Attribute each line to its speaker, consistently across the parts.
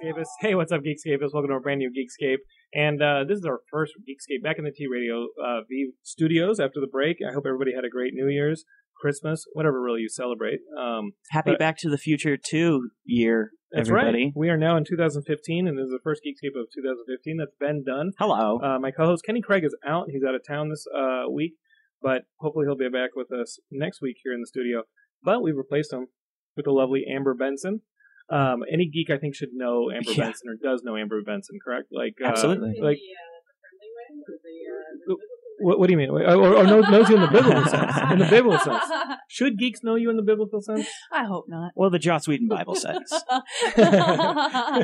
Speaker 1: Travis. Hey, what's up, Geekscapists? Welcome to a brand new Geekscape. And uh, this is our first Geekscape back in the T Radio uh, V studios after the break. I hope everybody had a great New Year's, Christmas, whatever really you celebrate. Um,
Speaker 2: Happy
Speaker 1: But-
Speaker 2: Back to the Future 2 year,
Speaker 1: that's
Speaker 2: everybody.
Speaker 1: right. We are now in 2015, and this is the first Geekscape of 2015 that's been done.
Speaker 2: Hello.
Speaker 1: Uh, my co-host Kenny Craig is out; he's out of town this uh, week, but hopefully he'll be back with us next week here in the studio. But we replaced him with the lovely Amber Benson. Um, any geek, I think, should know Amber
Speaker 2: Yeah.
Speaker 1: Benson or does know Amber Benson, correct? Like, uh,
Speaker 2: Absolutely.
Speaker 1: Like,
Speaker 3: the, uh, the friendly way or the, uh,
Speaker 1: Who-
Speaker 3: the biblical way?
Speaker 1: what, what do you mean? Or, or knows, knows you in the biblical sense? In the biblical sense,
Speaker 3: I
Speaker 1: should geeks know you in the biblical sense?
Speaker 3: hope not.
Speaker 2: Well, the Joss Whedon Bible says.
Speaker 1: I-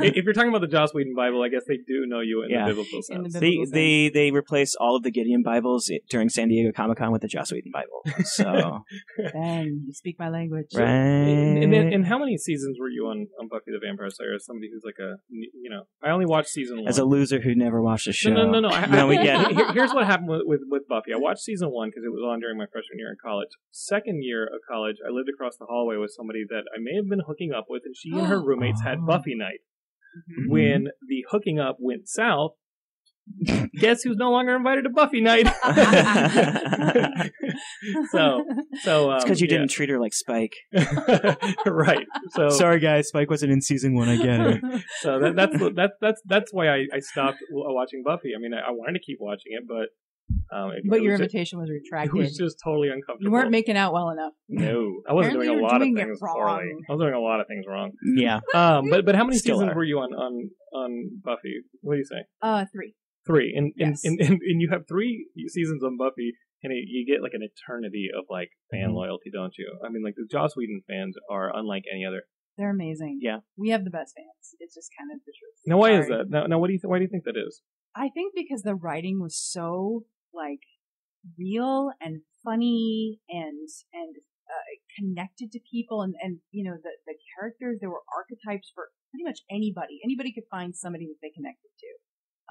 Speaker 1: if you're talking about the Joss Whedon Bible, I guess they do know you in
Speaker 2: Yeah.
Speaker 1: the biblical sense.
Speaker 3: In the
Speaker 2: they,
Speaker 3: biblical sense.
Speaker 2: they they replaced all of the Gideon Bibles i- during San Diego Comic Con with the Joss Whedon Bible. So
Speaker 3: Dang, you speak my language.
Speaker 2: right.
Speaker 1: And, and,
Speaker 2: Eh.
Speaker 1: and how many seasons were you on, on Buffy the Vampire Slayer? As somebody who's like a, you know, I only watched season one.
Speaker 2: As a loser who never watched a show.
Speaker 1: No, no, no, no. I,
Speaker 2: No,
Speaker 1: I-
Speaker 2: we get
Speaker 3: it.
Speaker 1: Here- here's what happened with, with, with Buffy. I watched season one because it was on during my freshman year in college. Second year of college, I lived across the hallway with somebody that I may have been hooking up with, and she and her roommates had
Speaker 2: Oh.
Speaker 1: Buffy night.
Speaker 3: Mhm.
Speaker 2: Mm-hmm.
Speaker 1: When the hooking up went south, guess who's no longer invited to Buffy night? so, so um,
Speaker 2: It's because you didn't treat her like Spike.
Speaker 1: yeah. right. So,
Speaker 2: Sorry, guys. Spike wasn't in season one. I get
Speaker 1: so that, that's that's that's that's why I, I stopped w- watching Buffy. I mean, I, I wanted to keep watching it, but um, it,
Speaker 3: But
Speaker 1: it
Speaker 3: your
Speaker 1: was just-
Speaker 3: invitation was
Speaker 1: It
Speaker 3: retracted.
Speaker 1: was just totally uncomfortable.
Speaker 3: you weren't making out well enough.
Speaker 1: No, I wasn't
Speaker 3: Apparently
Speaker 1: doing a
Speaker 3: you're
Speaker 1: lot
Speaker 3: doing
Speaker 1: of
Speaker 3: it
Speaker 1: things
Speaker 3: wrong.
Speaker 1: poorly. I was doing a lot of things wrong.
Speaker 2: yeah.
Speaker 1: Um, but but how many
Speaker 2: Still
Speaker 1: seasons
Speaker 2: are.
Speaker 1: were you on on on Buffy? What do you say?
Speaker 3: Uh, three.
Speaker 1: Three, and and,
Speaker 3: Yes.
Speaker 1: and, and, and you have three seasons on Buffy, and it, you get like an eternity of like fan
Speaker 3: Mm-hmm.
Speaker 2: Mhm.
Speaker 1: loyalty, don't you? I mean, like the Joss Whedon fans are unlike any other.
Speaker 3: They're amazing.
Speaker 2: Yeah.
Speaker 3: We have the best fans. It's just kind of the truth.
Speaker 1: Now, why is
Speaker 3: Sorry.
Speaker 1: that? Now, now what do you th- why do you think that is?
Speaker 3: I think because the writing was so like real and funny and and uh, connected to people and and you know the the characters there were archetypes for pretty much anybody anybody could find somebody that they connected to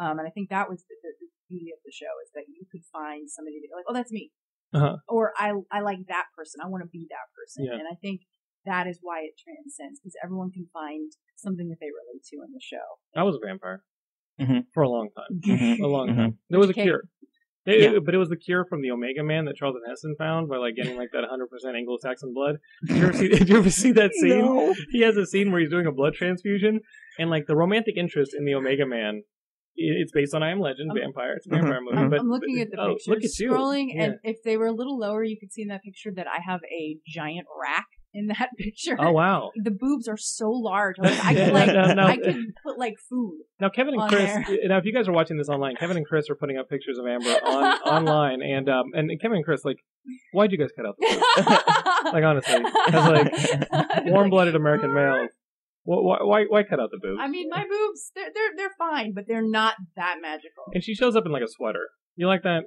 Speaker 3: um and I think that was the, the, the beauty of the show is that you could find somebody that you're like oh that's me
Speaker 1: Uh-huh.
Speaker 3: or I I like that person I want to be that person
Speaker 1: Yeah.
Speaker 3: and I think that is why it transcends because everyone can find something that they relate to in the show
Speaker 1: I was a vampire
Speaker 3: Mm-hmm.
Speaker 2: Mhm.
Speaker 1: for a long time.
Speaker 2: Mhm.
Speaker 1: A long
Speaker 2: Mhm.
Speaker 1: time. There was a
Speaker 3: Okay.
Speaker 1: cure. They-
Speaker 2: Yeah.
Speaker 1: But it was the cure from the Omega Man that Charlton Heston found by like getting like that 100% Anglo-Saxon blood. Did you ever see, did you ever see that scene?
Speaker 2: No.
Speaker 1: He has a scene where he's doing a blood transfusion, and like the romantic interest in the Omega Man, i- it's based on I Am Legend,
Speaker 3: I'm-
Speaker 1: vampire. It's a
Speaker 2: Mhm.
Speaker 1: vampire movie.
Speaker 3: Um, I'm,
Speaker 1: but,
Speaker 3: I'm looking at the
Speaker 1: oh,
Speaker 3: picture,
Speaker 1: Look at you.
Speaker 3: scrolling, and
Speaker 1: Yeah.
Speaker 3: if they were a little lower, you could see in that picture that I have a giant rack in that picture.
Speaker 1: Oh wow!
Speaker 3: The boobs are so large. Like, I could like,
Speaker 1: No, no.
Speaker 3: I could put like food.
Speaker 1: Now Kevin and
Speaker 3: on
Speaker 1: Chris.
Speaker 3: there.
Speaker 1: Now, if you guys are watching this online, Kevin and Chris are putting up pictures of Amber on, online, and um, and Kevin and Chris, like, why'd you guys cut out? the- Like honestly, as like warm-blooded American males, wh- why why why cut out the boobs?
Speaker 3: I mean, my boobs, they're they're they're fine, but they're not that magical.
Speaker 1: And she shows up in like a sweater. You like that?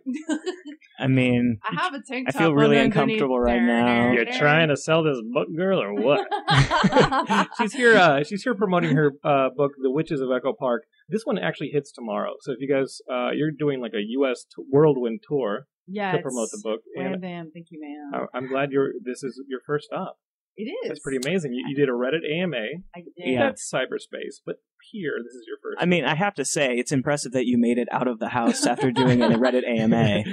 Speaker 2: I mean,
Speaker 3: I have a tank
Speaker 2: I
Speaker 3: top.
Speaker 2: feel really
Speaker 3: on underneath.
Speaker 2: uncomfortable right now.
Speaker 1: You're trying to sell this book, girl, or what? she's here. Uh, she's here promoting her uh, book, The Witches of Echo Park. This one actually hits tomorrow. So if you guys, uh, you're doing like a U.S. T- whirlwind tour
Speaker 3: yeah,
Speaker 1: to promote the book, and
Speaker 3: Wham bam, thank you, ma'am.
Speaker 1: I- I'm glad you're. This is your first stop.
Speaker 3: it is.
Speaker 1: That's pretty amazing. You, you did a Reddit AMA.
Speaker 3: I did.
Speaker 2: Yeah.
Speaker 1: That's cyberspace, but here, this is your first.
Speaker 2: I mean, I have to say, it's impressive that you made it out of the house after doing a Reddit AMA.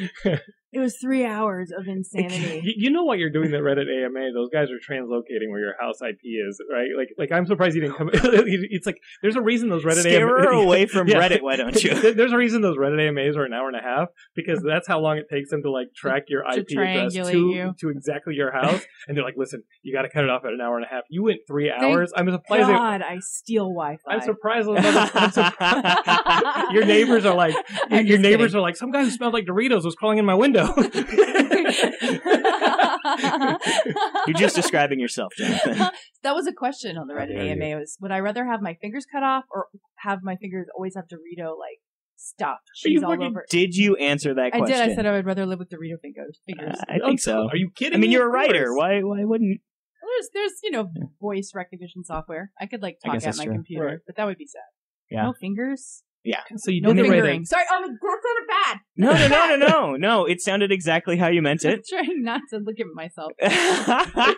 Speaker 3: It was three hours of insanity.
Speaker 1: You, you know why you're doing that Reddit AMA? Those guys are translocating where your house IP is, right? Like, like I'm surprised you didn't come. it's like there's a reason those Reddit
Speaker 2: Scare her
Speaker 1: AMA.
Speaker 2: away from
Speaker 1: Yeah.
Speaker 2: Reddit, why don't you?
Speaker 1: There- There's a reason those Reddit AMAs are an hour and a half because that's how long it takes them to like track your
Speaker 3: To
Speaker 1: IP address
Speaker 3: triangulate
Speaker 1: to
Speaker 3: you.
Speaker 1: to exactly your house, and they're like, "Listen, you got to cut it off at an hour and a half. You went three hours. I'm surprised. they-
Speaker 3: God, I steal Wi-Fi.
Speaker 1: I'm surprised. those mother- I'm surprised. your neighbors are like, your,
Speaker 3: I'm
Speaker 1: your
Speaker 3: just
Speaker 1: neighbors
Speaker 3: kidding.
Speaker 1: are like, some guy who smelled like Doritos was crawling in my window.
Speaker 2: You're just describing yourself, Jonathan.
Speaker 3: that was a question on the Reddit
Speaker 1: dare you.
Speaker 3: AMA. Was would I rather have my fingers cut off or have my fingers always have Dorito like stuffed
Speaker 1: you
Speaker 3: cheese all
Speaker 1: fucking
Speaker 3: over?
Speaker 2: Did you answer that
Speaker 3: I
Speaker 2: question? Uh,
Speaker 3: did. I said I would rather live with Dorito fingers. Fingers.
Speaker 2: I think so.
Speaker 1: Are you kidding?
Speaker 2: I mean,
Speaker 1: me?
Speaker 2: you're a
Speaker 1: Of
Speaker 2: writer.
Speaker 1: course.
Speaker 2: Why? Why wouldn't?
Speaker 3: there's there's you know voice recognition software. I could like
Speaker 2: I
Speaker 3: talk
Speaker 2: guess
Speaker 3: at
Speaker 2: that's
Speaker 3: my
Speaker 2: true.
Speaker 3: computer,
Speaker 1: Right.
Speaker 3: but that would be sad.
Speaker 2: Yeah.
Speaker 3: No fingers.
Speaker 1: So you
Speaker 3: No
Speaker 1: did the
Speaker 3: fingering.
Speaker 1: Reddit.
Speaker 3: Sorry. Oh, that's not bad.
Speaker 2: No, no, no, no, no, no. It sounded exactly how you meant
Speaker 3: I'm
Speaker 2: it.
Speaker 3: trying not to look at myself.
Speaker 1: Hey,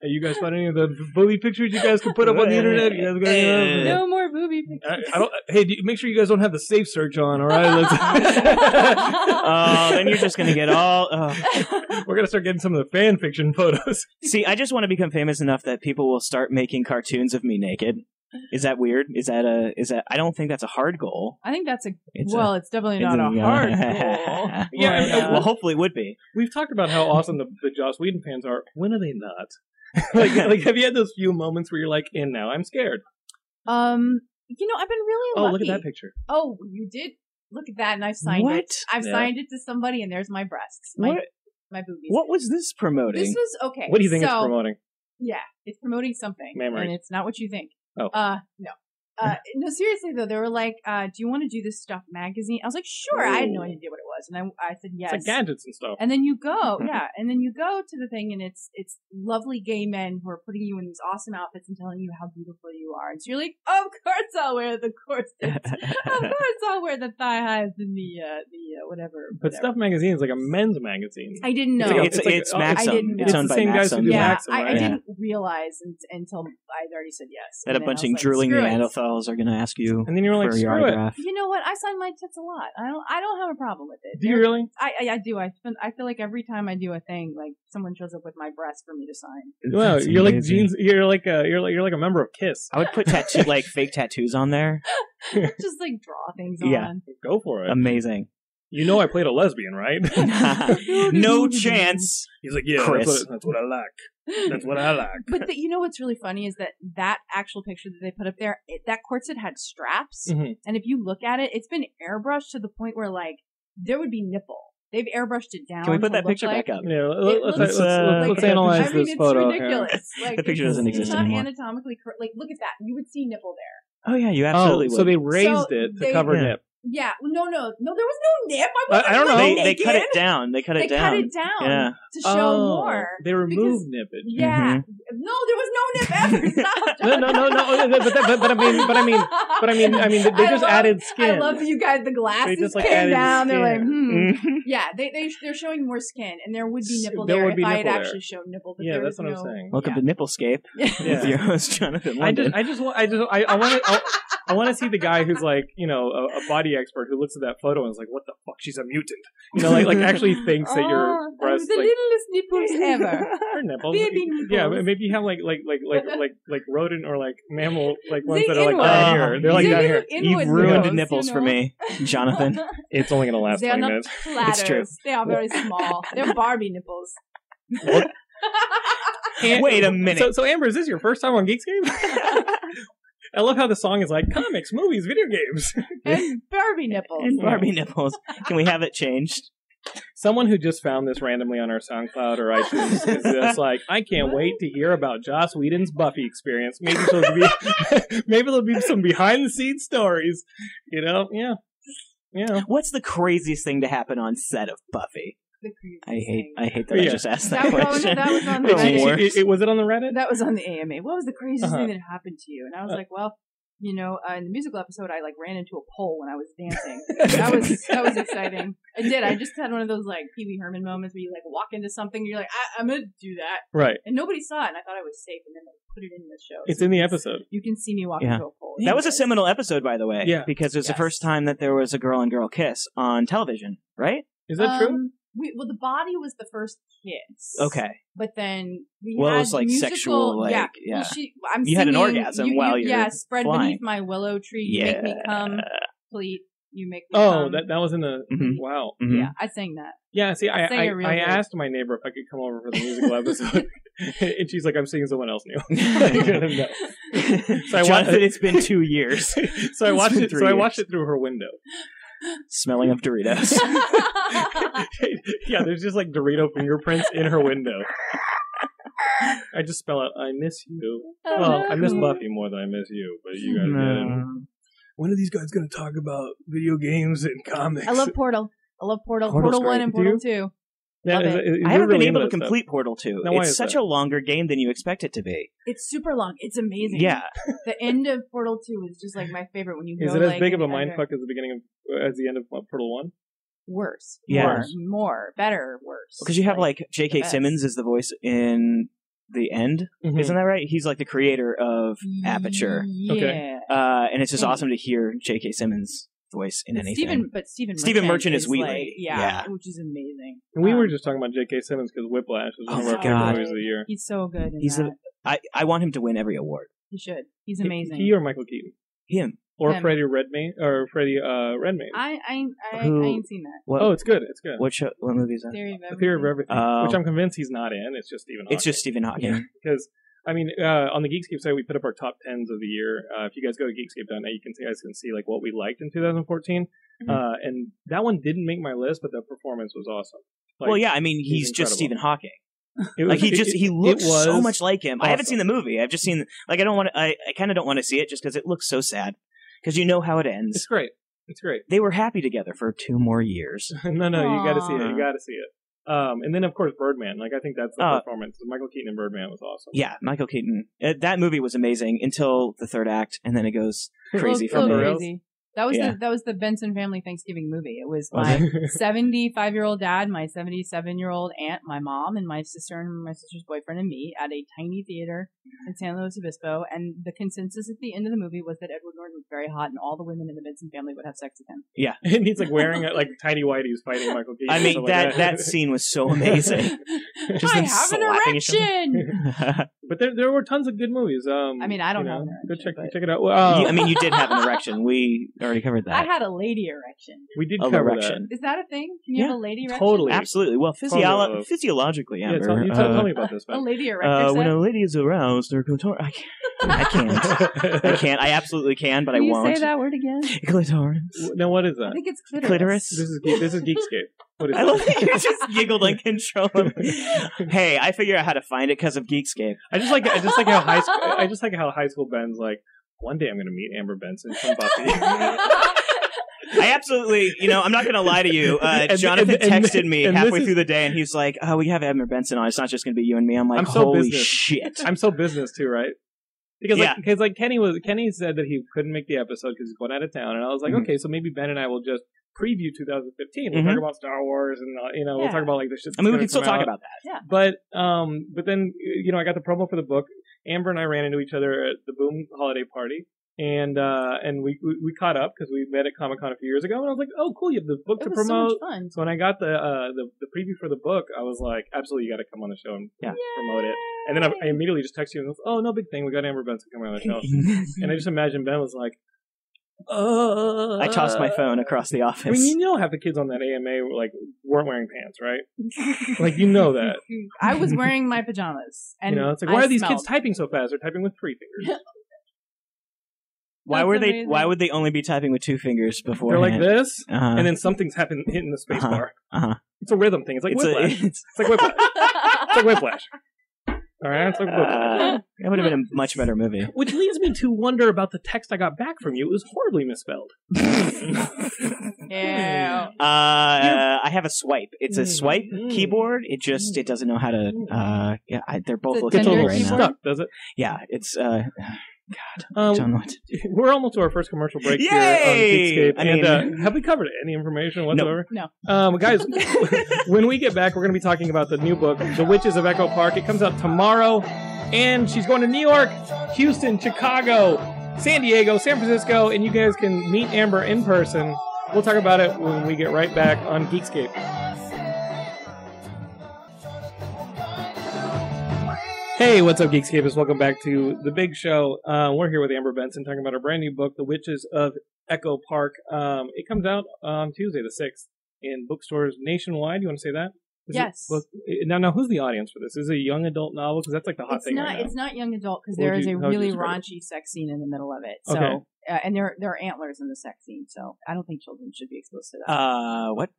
Speaker 1: Hey, you guys find any of the bully pictures you guys can put up on the internet? You guys got any of those?
Speaker 2: Yeah.
Speaker 3: No more booby pictures.
Speaker 1: I, I don't, hey, do you, make sure you guys don't have the safe search on. All right, Let's-
Speaker 2: Oh, then you're just gonna get all. Oh.
Speaker 1: we're gonna start getting some of the fan fiction photos.
Speaker 2: See, I just want to become famous enough that people will start making cartoons of me naked. Is that weird? Is that a? Is that? I don't think that's a hard goal.
Speaker 3: I think that's a
Speaker 2: It's
Speaker 3: well. it's definitely not a hard goal.
Speaker 1: Yeah,
Speaker 2: yeah.
Speaker 1: I- I-
Speaker 2: well, hopefully it would be.
Speaker 1: We've talked about how awesome the, the Joss Whedon fans are. When are they not? like, like, have you had those few moments where you're like, "And now I'm scared."
Speaker 3: Um, you know, I've been really
Speaker 1: Oh,
Speaker 3: lucky.
Speaker 1: look at that picture.
Speaker 3: Oh, you did look at that, and I've signed
Speaker 2: what?
Speaker 3: it. I've
Speaker 1: Yeah.
Speaker 3: signed it to somebody, and there's my breasts, my
Speaker 2: what?
Speaker 3: my boobies.
Speaker 2: What was this promoting?
Speaker 3: This was okay.
Speaker 1: What do you think
Speaker 3: so,
Speaker 1: it's promoting?
Speaker 3: Yeah, it's promoting something,
Speaker 1: Memories.
Speaker 3: and it's not what you think.
Speaker 1: Oh.
Speaker 3: uh, no. Uh, no, seriously though, they were like, uh, "Do you want to do this stuff magazine?" I was like, "Sure." I had no
Speaker 1: Oh.
Speaker 3: idea what it was, and I, I said yes.
Speaker 1: It's like gadgets and stuff.
Speaker 3: And then you go, yeah, and then you go to the thing, and it's it's lovely gay men who are putting you in these awesome outfits and telling you how beautiful you are. And so you're like, of course I'll wear the corsets. of course I'll wear the thigh highs and the uh, the uh, whatever.
Speaker 1: But
Speaker 3: whatever.
Speaker 1: Stuff Magazine is like a men's magazine.
Speaker 3: I didn't know.
Speaker 1: like a-
Speaker 2: it's
Speaker 1: it's like-
Speaker 2: it's
Speaker 1: oh,
Speaker 2: Maxim.
Speaker 3: I didn't
Speaker 2: It's
Speaker 3: know.
Speaker 2: owned
Speaker 1: It's the
Speaker 2: by
Speaker 1: same guys who
Speaker 2: Maxim.
Speaker 1: do
Speaker 3: yeah,
Speaker 1: Maxim,
Speaker 3: I, I
Speaker 1: right?
Speaker 3: didn't realize un- until I'd already said yes.
Speaker 2: That
Speaker 3: And
Speaker 2: a
Speaker 3: then
Speaker 2: bunch
Speaker 3: I
Speaker 2: of
Speaker 3: was like,
Speaker 2: drooling
Speaker 3: "Screw it."
Speaker 2: Neanderthals are going to ask you
Speaker 1: And then you were like,
Speaker 2: for your
Speaker 1: "Screw it."
Speaker 2: autograph.
Speaker 3: You know what? I sign my tits a lot. I don't. I don't have a problem with it.
Speaker 1: Do you really?
Speaker 3: I, I, I do. I feel, I feel like every time I do a thing, like someone shows up with my breast for me to sign.
Speaker 1: Wow,
Speaker 2: That's
Speaker 1: you're like
Speaker 2: amazing.
Speaker 1: jeans. You're like a you're like you're like a member of Kiss.
Speaker 2: I would put tattoo like fake tattoos on there.
Speaker 3: Just like draw things on.
Speaker 2: Yeah.
Speaker 1: Go for it.
Speaker 2: Amazing.
Speaker 1: you know I played a lesbian, right?
Speaker 2: no chance.
Speaker 1: He's like, yeah,
Speaker 2: Chris.
Speaker 1: that's what, that's what I like. That's what I like.
Speaker 3: but the, you know what's really funny is that that actual picture that they put up there, it, that corset had straps,
Speaker 1: Mhm.
Speaker 3: and if you look at it, it's been airbrushed to the point where like there would be nipple. They've airbrushed it down.
Speaker 2: Can we
Speaker 3: to
Speaker 2: put that
Speaker 3: look
Speaker 2: picture
Speaker 3: like,
Speaker 2: back up?
Speaker 1: Yeah,
Speaker 3: It
Speaker 1: let's,
Speaker 3: looks
Speaker 1: let's,
Speaker 2: uh,
Speaker 1: let's,
Speaker 3: like
Speaker 1: let's
Speaker 3: a-
Speaker 1: analyze
Speaker 3: I mean,
Speaker 1: this
Speaker 3: it's
Speaker 1: photo. here.
Speaker 3: ridiculous. Like,
Speaker 2: The picture
Speaker 3: it's-
Speaker 2: doesn't
Speaker 3: it's
Speaker 2: exist
Speaker 3: not
Speaker 2: anymore.
Speaker 3: anatomically correct. Like, look at that. You would see nipple there.
Speaker 2: Oh yeah, you
Speaker 1: Oh,
Speaker 2: absolutely would.
Speaker 1: so they raised
Speaker 3: So
Speaker 1: it to
Speaker 3: they-
Speaker 1: cover
Speaker 2: Yeah.
Speaker 1: nip.
Speaker 3: Yeah. No, no, no. There was no nip. I,
Speaker 1: I- I don't know.
Speaker 3: wasn't
Speaker 2: they,
Speaker 3: naked.
Speaker 2: they cut it down. They cut
Speaker 3: Oh, They
Speaker 2: it down.
Speaker 3: cut it down
Speaker 2: Yeah.
Speaker 3: to show more.
Speaker 1: Oh, They removed nippage.
Speaker 3: Yeah.
Speaker 2: Mm-hmm.
Speaker 3: No, there was no nip ever. Stop.
Speaker 1: No, no, no, oh, no. But, that- but, but I mean, but I mean, but I mean, I mean, they
Speaker 3: I
Speaker 1: just
Speaker 3: love-
Speaker 1: added skin.
Speaker 3: I love that you guys. The glasses
Speaker 1: just, like,
Speaker 3: came
Speaker 1: added Mm-hmm.
Speaker 3: down. They're like, hmm.
Speaker 2: Mhm.
Speaker 3: Yeah, they they they're showing more skin, and there would be
Speaker 1: S-
Speaker 3: nipple
Speaker 1: there
Speaker 3: there,
Speaker 1: would
Speaker 3: if
Speaker 1: be
Speaker 3: I had
Speaker 1: nipple there.
Speaker 3: actually shown nipple. But
Speaker 1: yeah,
Speaker 3: there
Speaker 1: that's
Speaker 3: was
Speaker 1: what I'm
Speaker 3: no-
Speaker 1: saying.
Speaker 2: Welcome
Speaker 3: Yeah.
Speaker 2: to Nipplescape with your
Speaker 1: Yeah.
Speaker 2: host Jonathan
Speaker 1: I
Speaker 2: London.
Speaker 1: just, I just want, I just, I, I want to, I, I want to see the guy who's like, you know, a, a body expert who looks at that photo and is like, "What the fuck? She's a mutant." You know, like, like actually thinks that your
Speaker 3: Oh,
Speaker 1: breasts,
Speaker 3: the
Speaker 1: like,
Speaker 3: littlest nipples ever.
Speaker 1: her nipples,
Speaker 3: Baby
Speaker 1: yeah,
Speaker 3: nipples.
Speaker 1: but maybe you have like, like, like, like, like, like rodent or like mammal, like ones
Speaker 3: Zig
Speaker 1: that are like
Speaker 3: inward.
Speaker 1: down here. They're like
Speaker 3: Zig
Speaker 1: down here.
Speaker 3: in-
Speaker 2: You've
Speaker 3: inward
Speaker 2: ruined
Speaker 3: nipples,
Speaker 2: nipples
Speaker 3: you
Speaker 2: for
Speaker 3: know?
Speaker 2: me, Jonathan.
Speaker 1: It's only gonna last
Speaker 3: They are
Speaker 1: twenty
Speaker 3: not
Speaker 1: minutes.
Speaker 2: It's true.
Speaker 3: flatters. They are very small. They're Barbie nipples.
Speaker 1: And-
Speaker 2: Wait a minute.
Speaker 1: So, so Amber, is this your first time on Geekscape? I love how the song is like comics, movies, video games.
Speaker 3: and Barbie nipples.
Speaker 2: and Barbie nipples. Can we have it changed?
Speaker 1: Someone who just found this randomly on our SoundCloud or iTunes is just like, I can't wait to hear about Joss Whedon's Buffy experience. Maybe there'll be, maybe there'll be some behind the scenes stories. You know? Yeah. Yeah.
Speaker 2: What's the craziest thing to happen on set of Buffy?
Speaker 3: The craziest
Speaker 2: I hate.
Speaker 3: thing.
Speaker 2: I hate that I
Speaker 1: Yeah.
Speaker 2: just asked
Speaker 3: That
Speaker 2: that,
Speaker 3: was on-
Speaker 2: question.
Speaker 3: Oh, that was on
Speaker 2: It
Speaker 3: the-
Speaker 2: works.
Speaker 1: It- it- was it on the Reddit?
Speaker 3: That was on the AMA. What was the craziest
Speaker 1: Uh-huh.
Speaker 3: thing that happened to you? And I
Speaker 2: Uh.
Speaker 3: was like, well, you know, uh, in the musical episode, I like ran into a pole when I was dancing. that was that was exciting. I did. I just had one of those like Pee Wee Herman moments where you like walk into something, and you're like, I- I'm gonna do that,
Speaker 1: right.
Speaker 3: and nobody saw it, and I thought I was safe, and then they put it in the show.
Speaker 1: It's
Speaker 3: So
Speaker 1: in the episode.
Speaker 3: you can see me walk
Speaker 2: Yeah.
Speaker 3: into a pole.
Speaker 2: That was a seminal episode, by the way.
Speaker 1: Yeah.
Speaker 2: Because it was the
Speaker 3: Yes.
Speaker 2: first time that there was a girl and girl kiss on television, right?
Speaker 1: Is that true?
Speaker 3: Um, We, well, the body was the first kiss.
Speaker 2: Okay.
Speaker 3: but then we
Speaker 2: Well,
Speaker 3: had
Speaker 2: it was like
Speaker 3: musical,
Speaker 2: sexual, like,
Speaker 3: yeah.
Speaker 2: yeah.
Speaker 3: Well, she, I'm
Speaker 2: You had an
Speaker 3: singing,
Speaker 2: orgasm
Speaker 3: you, you-
Speaker 2: while you're
Speaker 3: yeah, spread
Speaker 2: flying.
Speaker 3: beneath my willow tree. You make me
Speaker 2: Yeah.
Speaker 3: come, please. You make me
Speaker 1: oh,
Speaker 3: come.
Speaker 1: that, that was in the.
Speaker 2: Mhm.
Speaker 1: Wow.
Speaker 2: Mhm.
Speaker 3: um, yeah, I sang that.
Speaker 1: Yeah, see, I,
Speaker 3: I'll sing
Speaker 1: I,
Speaker 3: it real
Speaker 1: I
Speaker 3: good.
Speaker 1: asked my neighbor if I could come over for the musical episode, and she's like, "I'm seeing someone else new." No. So I wa-
Speaker 2: Jonathan, it's been two years.
Speaker 1: so I
Speaker 2: It's
Speaker 1: watched
Speaker 2: been
Speaker 1: it. So
Speaker 2: three
Speaker 1: I
Speaker 2: years.
Speaker 1: watched it through her window.
Speaker 2: Smelling of Doritos.
Speaker 1: yeah, there's just like Dorito fingerprints in her window. I just spell out, "I miss you."
Speaker 2: Oh,
Speaker 1: Well, I miss Buffy more than I miss you, but you guys get it. When are these guys going to talk about video games and comics?
Speaker 3: I love Portal. I love Portal.
Speaker 2: Portal's
Speaker 3: Portal One
Speaker 2: great.
Speaker 3: and
Speaker 1: Do
Speaker 3: Portal Two.
Speaker 1: Yeah,
Speaker 3: love
Speaker 1: is-
Speaker 3: it.
Speaker 1: is-
Speaker 2: I
Speaker 1: you're
Speaker 2: haven't
Speaker 1: really
Speaker 2: been able to
Speaker 1: into that
Speaker 2: complete Portal 2.
Speaker 1: Now, why
Speaker 2: it's
Speaker 1: is
Speaker 2: such
Speaker 1: that?
Speaker 2: a longer game than you expect it to be.
Speaker 3: It's super long. It's amazing.
Speaker 2: Yeah.
Speaker 3: The end of Portal Two is just like my favorite. When you
Speaker 1: stuff. Is
Speaker 3: go,
Speaker 1: it as
Speaker 3: like,
Speaker 1: big
Speaker 3: in
Speaker 1: of a
Speaker 3: the
Speaker 1: mind
Speaker 3: under-
Speaker 1: fuck as the beginning of as the end of uh, Portal One?
Speaker 3: Worse.
Speaker 2: Yeah.
Speaker 3: More. More. Better. Worse.
Speaker 2: Because you have like J.K.
Speaker 3: best.
Speaker 2: Simmons is the voice in the end.
Speaker 1: Mhm.
Speaker 2: Isn't that right? He's like the creator of Aperture,
Speaker 3: Yeah.
Speaker 1: Okay.
Speaker 2: uh, and it's just
Speaker 3: Mm. Yeah.
Speaker 2: awesome to hear J.K. Simmons' voice in anything.
Speaker 3: Stephen, but Stephen
Speaker 2: Stephen Merchant is Wheatley.
Speaker 3: like- yeah,
Speaker 2: Yeah.
Speaker 3: which is amazing.
Speaker 1: And we
Speaker 3: Um,
Speaker 1: were just talking about J.K. Simmons because Whiplash is one
Speaker 2: Uh, Oh
Speaker 1: of our
Speaker 2: my
Speaker 1: favorite
Speaker 2: God.
Speaker 1: movies of the year.
Speaker 3: He's so good. In
Speaker 2: He's
Speaker 3: that.
Speaker 2: a- I I want him to win every award.
Speaker 3: he should. He's amazing.
Speaker 1: He or Michael Keaton
Speaker 2: Him.
Speaker 1: or
Speaker 3: Him.
Speaker 1: Freddie Redmayne or Freddie uh, Redmayne.
Speaker 3: I I I,
Speaker 2: Who-
Speaker 3: I ain't seen that.
Speaker 2: What?
Speaker 1: Oh, it's good. It's good.
Speaker 2: what show? What movie is that?
Speaker 3: Theory of
Speaker 1: The Theory of
Speaker 3: Everything.
Speaker 1: Everything,
Speaker 2: Oh.
Speaker 1: which I'm convinced he's not in. It's just Stephen. Hawking.
Speaker 2: It's just Stephen Hawking.
Speaker 1: because I mean, uh, on the Geekscape site, we put up our top tens of the year. Uh, if you guys go to Geekscape.net, you can see guys can see like what we liked in 2014.
Speaker 2: Mhm.
Speaker 1: Uh, and that one didn't make my list, but the performance was awesome. Like,
Speaker 2: well, yeah, I mean, he's,
Speaker 1: he's
Speaker 2: just
Speaker 1: incredible.
Speaker 2: Stephen Hawking.
Speaker 1: it was-
Speaker 2: Like he
Speaker 1: it-
Speaker 2: just
Speaker 1: it-
Speaker 2: he
Speaker 1: it
Speaker 2: looks so
Speaker 1: was-
Speaker 2: much like him. I haven't
Speaker 1: awesome.
Speaker 2: seen the movie. I've just seen like I don't want to. I, I kind of don't want to see it just because it looks so sad. Because you know how it
Speaker 1: It's
Speaker 2: ends.
Speaker 1: great. It's great.
Speaker 2: They were happy together for two more years.
Speaker 1: no, no, you got to see it.
Speaker 2: Aw.
Speaker 1: You got to see it. Um, and then of course Birdman. Like I think that's the
Speaker 2: Uh,
Speaker 1: performance. Michael Keaton in Birdman was awesome.
Speaker 2: Yeah, Michael Keaton. Uh, that movie was amazing until the third act, and then it goes crazy
Speaker 3: Little-
Speaker 2: from
Speaker 3: little
Speaker 1: the
Speaker 2: there.
Speaker 1: real.
Speaker 3: crazy. That was
Speaker 2: Yeah.
Speaker 3: the that was the Benson family Thanksgiving movie. It was
Speaker 1: Was
Speaker 3: my
Speaker 1: it?
Speaker 3: seventy five year old dad, my seventy seven year old aunt, my mom, and my sister and my sister's boyfriend and me at a tiny theater in San Luis Obispo. And the consensus at the end of the movie was that Edward Norton was very hot, and all the women in the Benson family would have sex with him.
Speaker 1: and he's like wearing a, like tiny whitey's fighting Michael Keaton.
Speaker 2: I
Speaker 1: and
Speaker 2: mean
Speaker 1: stuff
Speaker 2: that
Speaker 1: like
Speaker 2: that scene was so amazing. Just
Speaker 3: I
Speaker 2: them
Speaker 3: have an
Speaker 2: slapping each other.
Speaker 3: erection.
Speaker 1: but there there were tons of good movies. Um,
Speaker 3: I mean, I don't
Speaker 1: you
Speaker 3: have
Speaker 1: know,
Speaker 3: an
Speaker 1: go
Speaker 3: erection,
Speaker 1: check
Speaker 3: but-
Speaker 1: check it out. Well, um,
Speaker 2: You- I mean, you did have an erection. We already covered
Speaker 3: I
Speaker 2: that.
Speaker 3: had a lady erection.
Speaker 1: we did
Speaker 2: Of
Speaker 1: cover that.
Speaker 2: erection.
Speaker 3: Is that a thing? Can you have a lady erection?
Speaker 1: Totally.
Speaker 2: Absolutely. Well,
Speaker 1: Totally
Speaker 2: physiolo-
Speaker 1: love.
Speaker 2: physiologically,
Speaker 1: uh, Yeah,
Speaker 2: Amber.
Speaker 1: tell, you tell,
Speaker 2: uh,
Speaker 1: tell me about this.
Speaker 3: A
Speaker 1: man.
Speaker 3: lady
Speaker 2: uh,
Speaker 3: erector.
Speaker 2: when a lady is aroused, they're clitoris. I can't. I can't. I can't. I absolutely can, but I
Speaker 3: Can you
Speaker 2: won't.
Speaker 3: say that word again?
Speaker 2: Clitoris.
Speaker 1: now what is
Speaker 3: I
Speaker 1: that?
Speaker 3: think it's clitoris.
Speaker 2: Clitoris.
Speaker 1: This is Ge- this is Geekscape. What is
Speaker 2: I love that
Speaker 1: that?
Speaker 2: you just giggled uncontrollably. hey, I figure out how to find it because of Geekscape.
Speaker 1: I just like I just like how high school I just like how high school Ben's like. One day I'm gonna meet Amber Benson from Buffy.
Speaker 2: I absolutely, you know, I'm not going to lie to you. Uh,
Speaker 1: And-
Speaker 2: Jonathan
Speaker 1: and- and-
Speaker 2: texted me
Speaker 1: and this
Speaker 2: halfway
Speaker 1: is-
Speaker 2: through the day, and he's like, "Oh, we have Edmund Benson on. It's not just going to be you and me." I'm like,
Speaker 1: I'm so
Speaker 2: "Holy
Speaker 1: business."
Speaker 2: shit!"
Speaker 1: I'm so business too, right? Because
Speaker 2: Yeah.
Speaker 1: like, cause like Kenny was Kenny said that he couldn't make the episode because he's going out of town, and I was like,
Speaker 2: Mhm.
Speaker 1: okay, so maybe Ben and I will just preview 2015. We'll
Speaker 2: Mhm.
Speaker 1: talk about Star Wars, and uh, you know, we'll
Speaker 3: Yeah.
Speaker 1: talk about like the shit.
Speaker 2: I mean,
Speaker 1: that's
Speaker 2: we
Speaker 1: gonna
Speaker 2: can still
Speaker 1: come
Speaker 2: talk
Speaker 1: out.
Speaker 2: about that.
Speaker 1: But um, but then you know, I got the promo for the book. Amber and I ran into each other at the Boom holiday party, and uh, and we we, we caught up because we met at Comic Con a few years ago, and I was like, oh, cool, you have the book
Speaker 3: It
Speaker 1: to
Speaker 3: was so
Speaker 1: promote.
Speaker 3: much fun.
Speaker 1: So when I got the uh, the, the preview for the book, I was like, absolutely, you got to come on the show and
Speaker 2: Yeah.
Speaker 1: promote it. And then I, I immediately just texted you and was, oh, no big thing, we got Amber Benson coming on the show. and I just imagine Ben was like, uh,
Speaker 2: I tossed my phone across the
Speaker 1: I mean,
Speaker 2: office.
Speaker 1: you know, half the kids on that AMA were like weren't wearing pants, right? like you know that.
Speaker 3: I was wearing my pajamas. And
Speaker 1: you know, it's like
Speaker 3: I
Speaker 1: why are these
Speaker 3: smelled.
Speaker 1: kids typing so fast? They're typing with three fingers.
Speaker 2: Why
Speaker 3: That's
Speaker 2: were they?
Speaker 3: amazing.
Speaker 2: Why would they only be typing with two fingers before?
Speaker 1: They're like this,
Speaker 2: Uh-huh.
Speaker 1: and then something's happened hitting the space
Speaker 2: Uh-huh.
Speaker 1: bar.
Speaker 2: Uh-huh.
Speaker 1: It's a rhythm thing. It's like
Speaker 2: it's a,
Speaker 1: whiplash.
Speaker 2: it's,
Speaker 1: It's like whiplash. It's like whiplash. All right, it's like whiplash.
Speaker 2: uh, that would have been a much better movie.
Speaker 1: Which leads me to wonder about the text I got back from you. It was horribly misspelled.
Speaker 3: Yeah.
Speaker 2: Uh, I have a swipe. It's a
Speaker 3: Mm-hmm.
Speaker 1: Mm.
Speaker 2: swipe
Speaker 1: Mm.
Speaker 2: keyboard. It just it doesn't know how to. Uh, yeah, I, they're both
Speaker 3: Is it
Speaker 2: looking
Speaker 3: Tender
Speaker 2: at me
Speaker 3: Tender
Speaker 2: right
Speaker 3: keyboard?
Speaker 2: now.
Speaker 3: Oh.
Speaker 1: stuck, does it?
Speaker 2: Yeah, it's. Uh,
Speaker 1: Um,
Speaker 2: don't know what. to-
Speaker 1: we're almost to our first commercial break
Speaker 2: Yay!
Speaker 1: here on Geekscape.
Speaker 2: I
Speaker 1: and
Speaker 2: mean-
Speaker 1: uh, have we covered any information whatsoever?
Speaker 3: No.
Speaker 1: Um, guys, when we get back, we're going to be talking about the new book, The Witches of Echo Park. It comes out tomorrow, and she's going to New York, Houston, Chicago, San Diego, San Francisco, and you guys can meet Amber in person. We'll talk about it when we get right back on Geekscape. Hey, what's up, Geekscapists? Welcome back to the big show. Uh, we're here with Amber Benson talking about her brand new book, The Witches of Echo Park. Um, it comes out on Tuesday, the 6th, in bookstores nationwide. You want to say that? Is it
Speaker 3: Yes.
Speaker 1: book- eh, now, now, who's the audience for this? Is it a young adult novel? Because that's like the hot
Speaker 3: It's
Speaker 1: thing
Speaker 3: not.
Speaker 1: right now.
Speaker 3: It's not young adult because
Speaker 1: What
Speaker 3: there
Speaker 1: would
Speaker 3: is
Speaker 1: you-
Speaker 3: a
Speaker 1: how would you
Speaker 3: really
Speaker 1: describe it?
Speaker 3: raunchy sex scene in the middle of it. So,
Speaker 1: Okay.
Speaker 3: uh, and there there are antlers in the sex scene. So I don't think children should be exposed to that.
Speaker 2: Uh, what?